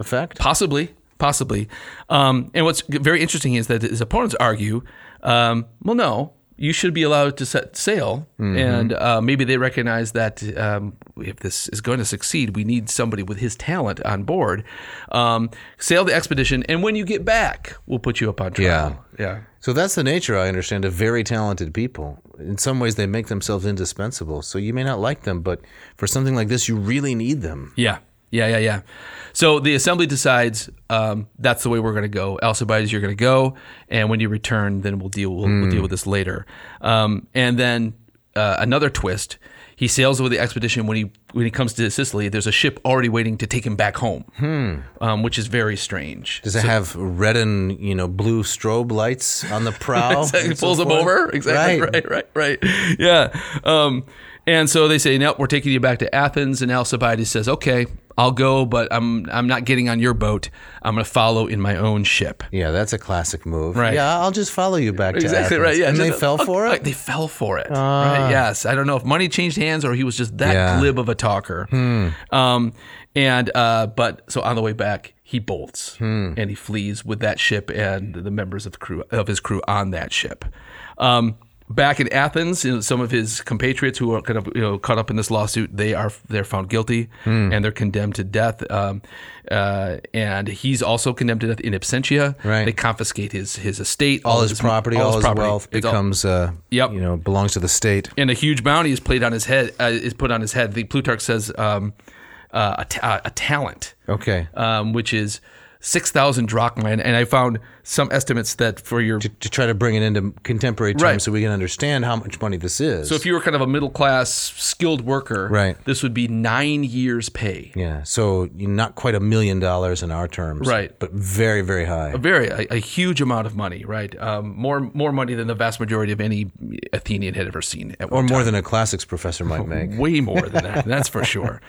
S1: effect.
S2: Possibly, possibly. Um, and what's very interesting is that his opponents argue, um, well, no, you should be allowed to set sail. And uh, maybe they recognize that um, if this is going to succeed, we need somebody with his talent on board. Um, sail the expedition, and when you get back, we'll put you up on trial. Yeah, yeah.
S1: So that's the nature, I understand, of very talented people. In some ways, they make themselves indispensable. So you may not like them, but for something like this, you really need them.
S2: Yeah. Yeah, yeah, yeah. So the assembly decides um, that's the way we're going to go. Alcibiades, you're going to go, and when you return, then we'll deal we'll, we'll deal with this later. Um, and then uh, another twist: he sails with the expedition. When he when he comes to Sicily, there's a ship already waiting to take him back home, um, which is very strange.
S1: Does it have red and you know blue strobe lights on the prow?
S2: Exactly.
S1: and so
S2: Pulls them
S1: forth?
S2: over. Exactly. Right. Right. Right. Right. Yeah. Um, and so they say, "Nope, we're taking you back to Athens." And Alcibiades says, "Okay, I'll go, but I'm I'm not getting on your boat. I'm going to follow in my own ship."
S1: Yeah, that's a classic move.
S2: Right.
S1: Yeah, I'll just follow you back to
S2: Exactly
S1: Athens.
S2: right. Yeah,
S1: and they
S2: Just-
S1: fell
S2: okay,
S1: for
S2: like,
S1: it. Ah.
S2: They fell for it. right? Yes. I don't know if money changed hands or he was just that
S1: Yeah. Hmm.
S2: glib of a talker. Um, and uh, but so on the way back, he bolts
S1: Hmm.
S2: and he flees with that ship and the members of the crew of his crew on that ship. Um, back in Athens, you know, some of his compatriots who are kind of you know caught up in this lawsuit, they are they're found guilty
S1: Hmm.
S2: and they're condemned to death. Um, uh, and he's also condemned to death in absentia.
S1: Right.
S2: They confiscate his his estate,
S1: All his property, all, his,
S2: property.
S1: wealth
S2: It's all-
S1: becomes, uh,
S2: Yep.
S1: you know, belongs to the state.
S2: and a huge bounty is played on his head. Uh, is put on his head. The Plutarch says um, uh, a, ta- a talent,
S1: Okay.
S2: um, which is six thousand drachma, and, and I found some estimates that for your
S1: to try to bring it into contemporary terms
S2: Right.
S1: so we can understand how much money this is.
S2: so if you were kind of a middle class skilled worker,
S1: Right.
S2: this would be nine years pay.
S1: yeah, so you- not quite a million dollars in our terms,
S2: Right.
S1: But very, very high.
S2: Very a, a huge amount of money, right? Um, more more money than the vast majority of any Athenian had ever seen. At
S1: or more than a classics professor might make.
S2: way more than that. that's for sure.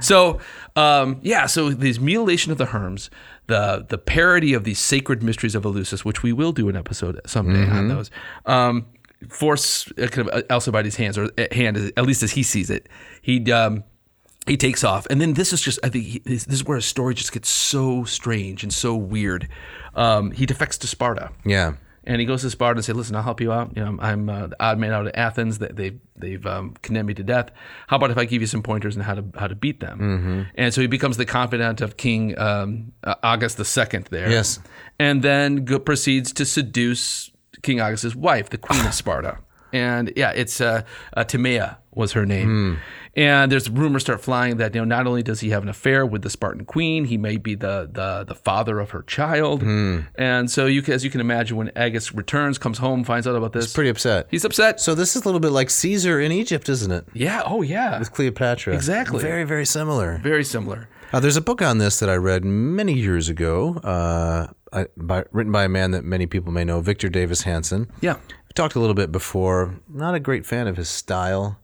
S2: So, um, yeah. So these mutilation of the Herms, the the parody of these sacred mysteries of Eleusis, which we will do an episode someday on those. Um, force uh, kind of Alcibiades' hands or uh, hand, at least as he sees it, he. Um, he takes off, and then this is just—I think he, this, this is where his story just gets so strange and so weird. Um, he defects to Sparta,
S1: Yeah.
S2: and he goes to Sparta and says, "Listen, I'll help you out. You know, I'm, I'm uh, the odd man out of Athens. That they they've um, condemned me to death. How about if I give you some pointers on how to how to beat them?" And so he becomes the confidant of King um, uh, August II there.
S1: Yes.
S2: and then go, proceeds to seduce King August's wife, the Queen of Sparta. And yeah, it's uh, uh, Timea was her
S1: Hmm.
S2: name. And there's rumors start flying that you know not only does he have an affair with the Spartan queen, he may be the the, the father of her child.
S1: Hmm.
S2: And so you can, as you can imagine, when Agus returns, comes home, finds out about this,
S1: Pretty upset.
S2: he's upset.
S1: so this is a little bit like Caesar in Egypt, isn't it?
S2: yeah. Oh yeah.
S1: Cleopatra.
S2: Exactly.
S1: Very, very similar.
S2: Very similar.
S1: Uh, there's a book on this that I read many years ago, uh, I- by, written by a man that many people may know, Victor Davis Hanson.
S2: Yeah.
S1: I talked a little bit before. Not a great fan of his style.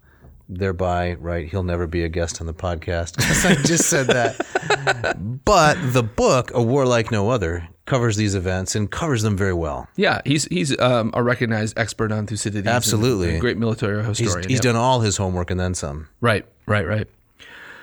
S1: Thereby, right, he'll never be a guest on the podcast. 'Cause I just said that. But the book, A War Like No Other, covers these events and covers them very well.
S2: Yeah. He's he's um, a recognized expert on Thucydides. and
S1: Absolutely.
S2: a great military
S1: He's,
S2: historian.
S1: he's
S2: yeah.
S1: done all his homework and then some.
S2: Right, right, right.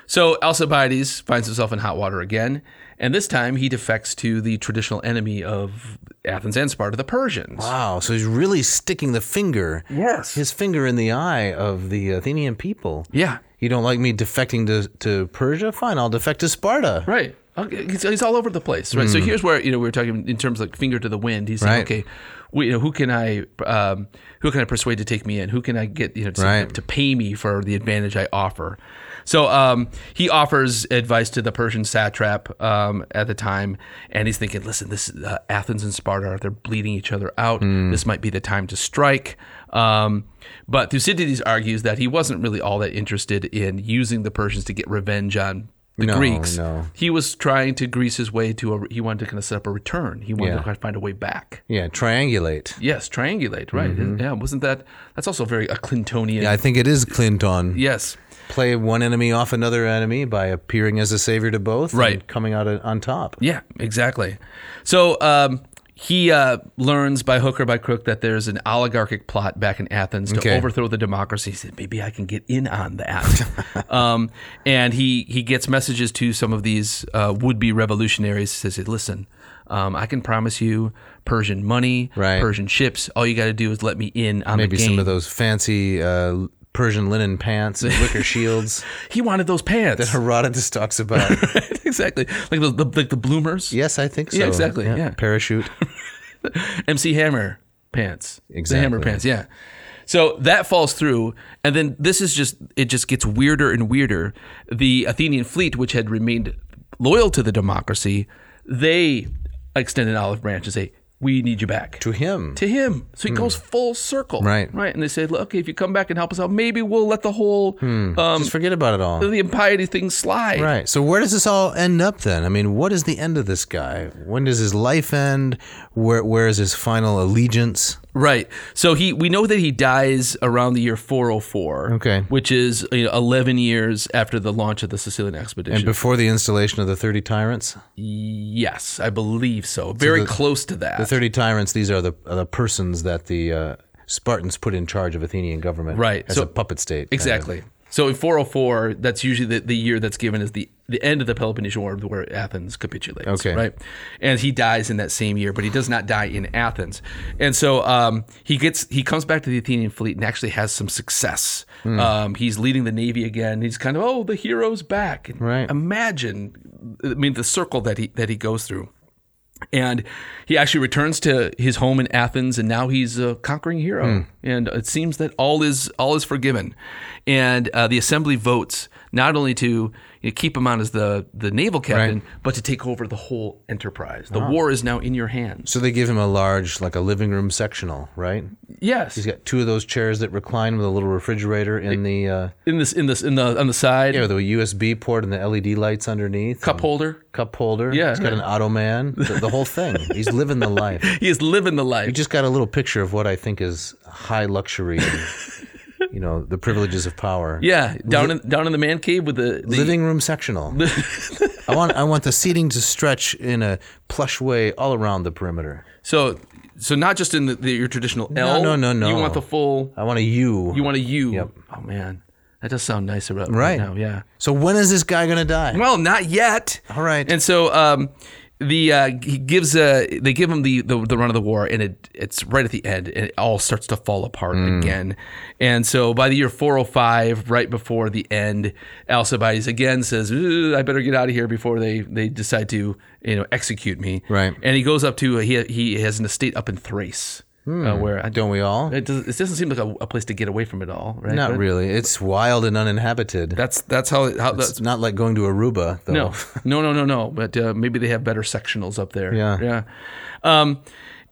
S2: So Alcibiades finds himself in hot water again, and this time he defects to the traditional enemy of Athens and Sparta, the Persians.
S1: Wow, so he's really sticking the finger,
S2: Yes.
S1: his finger in the eye of the Athenian people.
S2: Yeah,
S1: You don't like me defecting to, to Persia? Fine, I'll defect to Sparta.
S2: right. Okay, he's, he's all over the place, right? So here's where you know we were talking in terms of like finger to the wind. He's
S1: Hmm. Right.
S2: saying, okay, we, you know, who can I um, who can I persuade to take me in? Who can I get you know to,
S1: Right.
S2: to pay me for the advantage I offer? So um, he offers advice to the Persian satrap um, at the time, and he's thinking, listen, this uh, Athens and Sparta are they're bleeding each other out.
S1: Hmm.
S2: This might be the time to strike. Um, but Thucydides argues that he wasn't really all that interested in using the Persians to get revenge on the
S1: No,
S2: Greeks.
S1: no.
S2: He was trying to grease his way to a. He wanted to kind of set up a return. He wanted
S1: Yeah.
S2: to kind of find a way back.
S1: Yeah, triangulate.
S2: Yes, triangulate. Right. Yeah. Wasn't that? That's also very a Clintonian.
S1: Mm-hmm. I think it is Clinton.
S2: Yes.
S1: Play one enemy off another enemy by appearing as a savior to both
S2: Right.
S1: and coming out on- on top.
S2: Yeah, exactly. So um, he uh, learns by hook or by crook that there's an oligarchic plot back in Athens to
S1: Okay.
S2: overthrow the democracy. He said, "Maybe I can get in on that." um, and he he gets messages to some of these uh, would be revolutionaries. Says, "Listen, Um, I can promise you Persian money,
S1: Right.
S2: Persian ships. All you got to do is let me in on
S1: Maybe
S2: the game.
S1: some of those fancy uh, Persian linen pants and wicker shields
S2: he wanted those pants.
S1: that Herodotus talks about.
S2: exactly. Like the, the like the bloomers.
S1: yes, I think so.
S2: Yeah, exactly, yeah.
S1: Parachute.
S2: MC Hammer pants. The
S1: Exactly.
S2: Hammer pants, yeah. So that falls through, and then this is just it just gets weirder and weirder. The Athenian fleet, which had remained loyal to the democracy, they extend an olive branch and say, "We need you back."
S1: to him.
S2: to him. So he goes full circle.
S1: Hmm. Right.
S2: Right. And they say, look, okay, if you come back and help us out, maybe we'll let the whole um,
S1: Hmm. Just forget about it all.
S2: the impiety thing slide.
S1: Right. So where does this all end up then? I mean, what is the end of this guy? When does his life end? Where where is his final allegiance?
S2: Right. So he we know that he dies around the year 404.
S1: Okay.
S2: Which is you know, 11 years after the launch of the Sicilian expedition.
S1: And before the installation of the 30 tyrants?
S2: yes, I believe so. Very close to that.
S1: The 30 tyrants, these are the are the persons that the uh, Spartans put in charge of Athenian government
S2: Right.
S1: as
S2: So-
S1: a puppet state. kind of.
S2: Exactly. So in 404, that's usually the, the year that's given as the, the end of the Peloponnesian War, where Athens capitulates.
S1: Okay.
S2: Right. And he dies in that same year, but he does not die in Athens. And so um, he gets he comes back to the Athenian fleet and actually has some success.
S1: Hmm.
S2: Um, he's leading the navy again. He's kind of oh the hero's back. And
S1: Right.
S2: Imagine, I mean, the circle that he that he goes through. And he actually returns to his home in Athens, and now he's a conquering hero.
S1: Hmm.
S2: And it seems that all is all is forgiven. And uh, the assembly votes not only to you know, keep him on as the, the naval captain, but to take over the whole enterprise. The war is now in your hands.
S1: So they give him a large, like a living room sectional, right?
S2: Yes,
S1: He's got two of those chairs that recline with a little refrigerator in the uh,
S2: in this in this in the on the side,
S1: yeah, with a USB port and the LED lights underneath.
S2: cup holder.
S1: Cup holder.
S2: Yeah.
S1: He's got an ottoman. The, the whole thing. He's living the life.
S2: He is living the life.
S1: We just got a little picture of what I think is high luxury. and, you know, the privileges of power.
S2: yeah, down in down in the man cave with the, the
S1: Living room sectional. I want I want the seating to stretch in a plush way all around the perimeter.
S2: so so not just in the, the, your traditional L.
S1: no, no, no.
S2: You want the full.
S1: I want a U.
S2: You want a U. Oh man, that does sound nicer right, right
S1: Right.
S2: now. Yeah.
S1: so when is this guy gonna die?
S2: Well, not yet.
S1: All right.
S2: And so um, the uh, he gives uh, they give him the, the the run of the war, and it it's right at the end, and it all starts to fall apart
S1: Mm.
S2: again. And so by the year 405, right before the end, Alcibiades again says, "Ooh, "I better get out of here before they they decide to you know execute me."
S1: Right.
S2: And he goes up to he he has an estate up in Thrace,
S1: Hmm.
S2: uh, where I
S1: Don't we all?
S2: It doesn't, it doesn't seem like a, a place to get away from it all, right?
S1: Not
S2: But
S1: really. It's wild and uninhabited.
S2: That's that's how, it- how that's
S1: It's not like going to Aruba though.
S2: No, no, no, no, no. But uh, maybe they have better sectionals up there.
S1: Yeah.
S2: yeah. Um,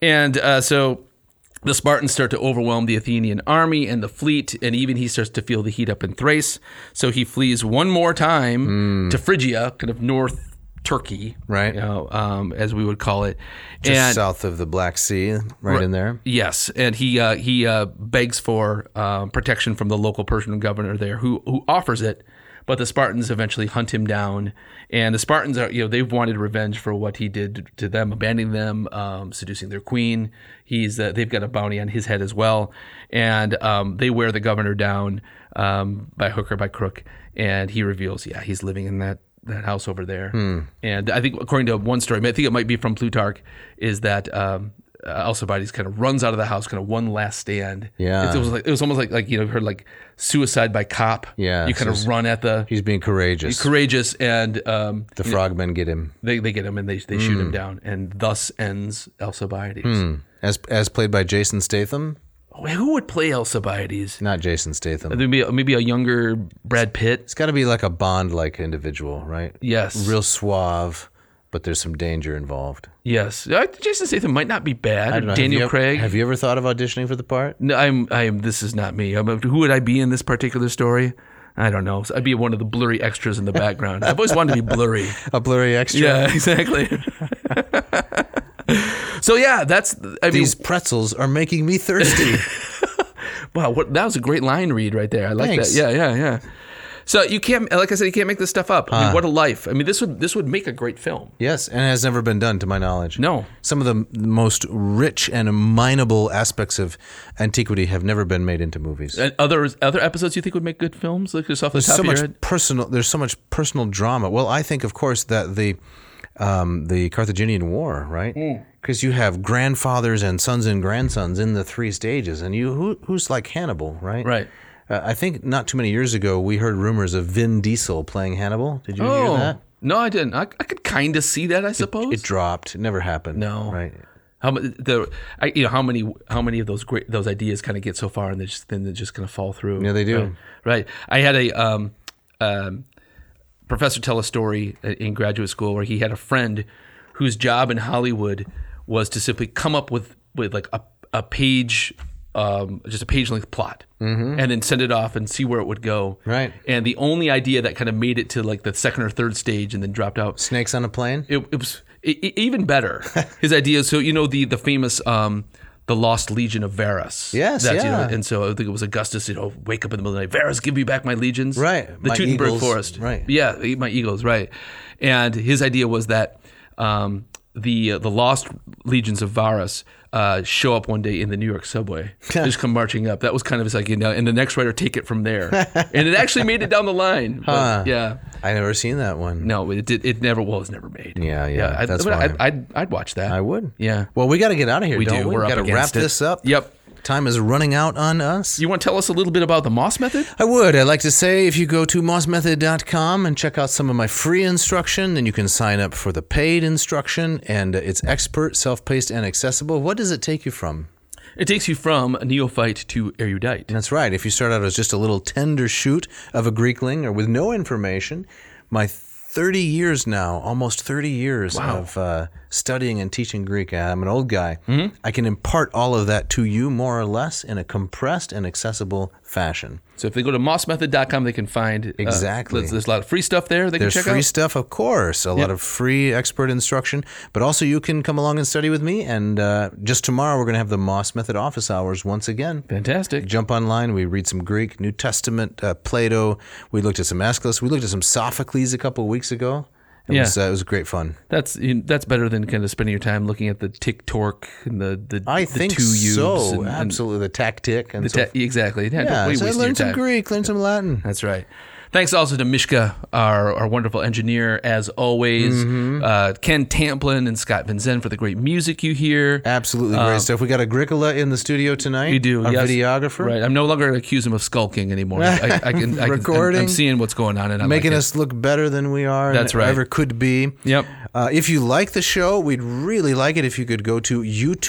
S2: and uh, so the Spartans start to overwhelm the Athenian army and the fleet, and even he starts to feel the heat up in Thrace. So he flees one more time to Phrygia, kind of north Turkey,
S1: Right.
S2: You know, um, as we would call it.
S1: Just
S2: and
S1: south of the Black Sea, right, in there.
S2: Yes, and he uh, he uh, begs for uh, protection from the local Persian governor there, who who offers it, but the Spartans eventually hunt him down, and the Spartans are you know they've wanted revenge for what he did to them, abandoning them, um, seducing their queen. He's uh, they've got a bounty on his head as well, and um, they wear the governor down um, by hook or by crook, and he reveals yeah he's living in that that house over there. And I think, according to one story, I think it might be from Plutarch, is that um, uh, Alcibiades kind of runs out of the house, kind of one last stand.
S1: Yeah.
S2: It's- it was like it was almost like like you know heard like suicide by cop.
S1: Yeah,
S2: you kind
S1: so
S2: of run at the
S1: He's being courageous.
S2: courageous, and um,
S1: the frogmen get him.
S2: they they get him and they they shoot
S1: Hmm.
S2: him down, and thus ends Alcibiades.
S1: As as played by Jason Statham?
S2: Oh, Who would play Alcibiades?
S1: Not Jason Statham.
S2: Maybe maybe a younger Brad Pitt.
S1: It's got to be like a Bond like individual, right?
S2: Yes.
S1: Real suave, but there's some danger involved.
S2: Yes. Uh, Jason Statham might not be bad. or
S1: Have
S2: Daniel
S1: you-
S2: Craig.
S1: Have you ever thought of auditioning for the part?
S2: No, I'm. I'm. This is not me. I'm, who would I be in this particular story? I don't know. I'd be one of the blurry extras in the background. I've always wanted to be blurry.
S1: A blurry extra?
S2: Yeah, exactly. so yeah, that's. I mean,
S1: These pretzels are making me thirsty.
S2: wow, what, that was a great line read right there. I like
S1: Thanks.
S2: that. Yeah, yeah, yeah. So you can't, like I said, you can't make this stuff up. I mean, what a life. I mean, this would this would make a great film.
S1: yes, and it has never been done to my knowledge.
S2: No.
S1: Some of the m- most rich and mineable aspects of antiquity have never been made into movies.
S2: And Uh, other other episodes you think would make good films? Like just off the
S1: There's
S2: top
S1: so
S2: of your
S1: much
S2: head.
S1: personal there's so much personal drama well i think of course that the um, the Carthaginian War,
S2: Hmm.
S1: right? Because you have grandfathers and sons and grandsons in the three stages, and you who, who's like Hannibal, right?
S2: Right.
S1: Uh, I think not too many years ago we heard rumors of Vin Diesel playing Hannibal. Did you hear that?
S2: Oh. no, I didn't. I, I could kind of see that, I suppose.
S1: It dropped. It never happened.
S2: No.
S1: Right.
S2: how mu- the I, you know how many how many of those great those ideas kind of get so far and they just then they're just going to fall through.
S1: Yeah, they do.
S2: Right. Right. I had a um, um, professor tell a story in graduate school where he had a friend whose job in Hollywood was to simply come up with with like a a page. Um, just a page length plot and then send it off and see where it would go.
S1: Mm-hmm. Right.
S2: And the only idea that kind of made it to like the second or third stage and then dropped out
S1: Snakes on a plane.
S2: it, it was i i even better. His idea. So you know the the famous. Um, the Lost Legion of Varus.
S1: Yes,
S2: you know,
S1: yeah.
S2: and so I think it was Augustus. You know, wake up in the middle of the night. Varus, give me back my legions.
S1: Right,
S2: The
S1: my
S2: Teutonburg
S1: eagles,
S2: Forest.
S1: right.
S2: Yeah, eat my eagles. Right. And his idea was that um, the uh, the Lost Legions of Varus uh, show up one day in the New York subway. they just come marching up. That was kind of his idea. And the next writer take it from there. and it actually made it down the line. But, Yeah.
S1: I never seen that one.
S2: No, it did. It never was never made.
S1: Yeah, yeah,
S2: I,
S1: that's
S2: I mean,
S1: why.
S2: I'd, I'd, I'd watch that.
S1: I would.
S2: Yeah.
S1: Well, we got to get out of here.
S2: We
S1: don't
S2: do.
S1: We
S2: We're up
S1: got to wrap
S2: against it.
S1: this up.
S2: Yep.
S1: Time is running out on us.
S2: You want to tell us a little bit about the Moss method?
S1: I would. I'd like to say if you go to mossmethod.com and check out some of my free instruction, then you can sign up for the paid instruction. And uh, it's expert, self paced, and accessible. What does it take you from?
S2: It takes you from a neophyte to erudite.
S1: That's right. If you start out as just a little tender shoot of a Greekling or with no information, my 30 years now, almost 30 years of uh, studying and teaching Greek, I'm an old guy. I can impart all of that to you more or less in a compressed and accessible fashion.
S2: So if they go to mossmethod.com, they can find uh,
S1: Exactly.
S2: there's, there's a lot of free stuff there. They
S1: There's
S2: can check
S1: free
S2: out.
S1: stuff, of course, a lot of free expert instruction, but also you can come along and study with me. And uh, just tomorrow, we're going to have the Moss Method office hours once again.
S2: Fantastic.
S1: jump online. We read some Greek, New Testament, uh, Plato. We looked at some Aeschylus. We looked at some Sophocles a couple of weeks ago. It
S2: Yeah.
S1: was uh, it was great fun.
S2: That's you that's better than kind of spending your time looking at the tick torque and the the,
S1: I
S2: the
S1: think
S2: two U's
S1: so.
S2: and- and
S1: Absolutely, the tactic and
S2: the
S1: so.
S2: ta- exactly.
S1: yeah,
S2: Yeah, don't wait,
S1: so I
S2: waste your
S1: learned some
S2: time.
S1: Greek, learned some Latin.
S2: That's right. Thanks also to Mishka, our, our wonderful engineer, as always.
S1: Mm-hmm.
S2: Uh, Ken Tamplin and Scott Vinzen for the great music you hear.
S1: Absolutely great stuff. We got Agricola in the studio tonight.
S2: Um, You do,
S1: our
S2: yes.
S1: videographer,
S2: Right. I'm no longer going to accuse him of skulking anymore. I, I can, I can,
S1: Recording.
S2: I'm, I'm seeing what's going on, and I'm
S1: making
S2: like,
S1: us look better than we are. and
S2: That's right.
S1: Ever could be.
S2: Yep.
S1: Uh, if you like the show, we'd really like it if you could go to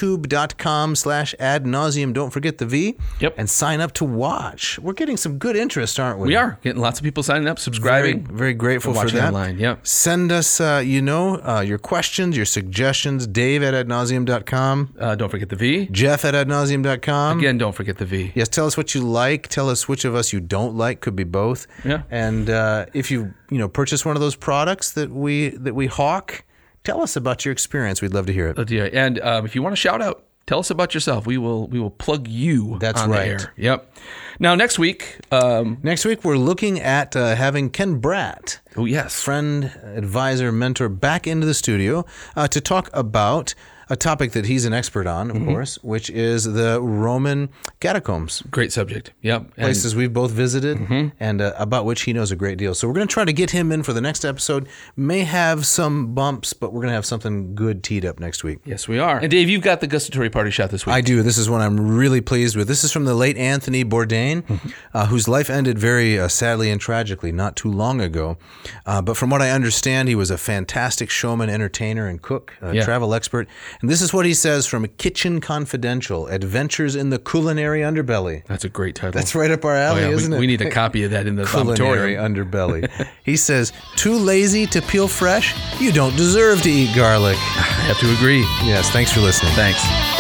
S1: youtube.com slash ad nauseum. Don't forget the V.
S2: Yep.
S1: And sign up to watch. We're getting some good interest, aren't we?
S2: We are getting lots of people signing up,
S1: Very,
S2: subscribing,
S1: very grateful for
S2: watching
S1: that.
S2: online. Yep.
S1: Send us, uh, you know, uh, your questions, your suggestions, dave at adnauseum.com,
S2: Uh, don't forget the V.
S1: jeff at adnauseum.com.
S2: Again, don't forget the V.
S1: Yes, tell us what you like. Tell us which of us you don't like. Could be both.
S2: Yeah.
S1: And uh, if you you know purchase one of those products that we that we hawk, tell us about your experience. We'd love to hear it.
S2: Oh, dear. And um, if you want a shout out, tell us about yourself. We will we will plug you.
S1: That's
S2: on
S1: right.
S2: The air. Yep. Now next week. Um,
S1: Next week we're looking at uh, having Ken Bratt,
S2: oh yes.
S1: friend, advisor, mentor, back into the studio uh, to talk about a topic that he's an expert on, of course, which is the Roman catacombs.
S2: Great subject. Yep. And- Mm-hmm.
S1: places we've both visited and uh, about which he knows a great deal. So we're going to try to get him in for the next episode. May have some bumps, but we're going to have something good teed up next week.
S2: Yes, we are. And Dave, you've got the gustatory party shot this week.
S1: I do. This is one I'm really pleased with. This is from the late Anthony
S2: Mm-hmm.
S1: Bourdain, uh, whose life ended very uh, sadly and tragically not too long ago. Uh, but from what I understand, he was a fantastic showman, entertainer, and cook, a
S2: Yeah.
S1: travel expert. And this is what he says from Kitchen Confidential Adventures in the Culinary Underbelly.
S2: That's a great title. Oh,
S1: That's right up our alley,
S2: yeah, we,
S1: isn't it?
S2: we need a copy of that in the
S1: culinary
S2: vomitorium.
S1: underbelly. he says, "Too lazy to peel fresh? You don't deserve to eat garlic."
S2: I have to agree.
S1: Yes, thanks for listening.
S2: Thanks.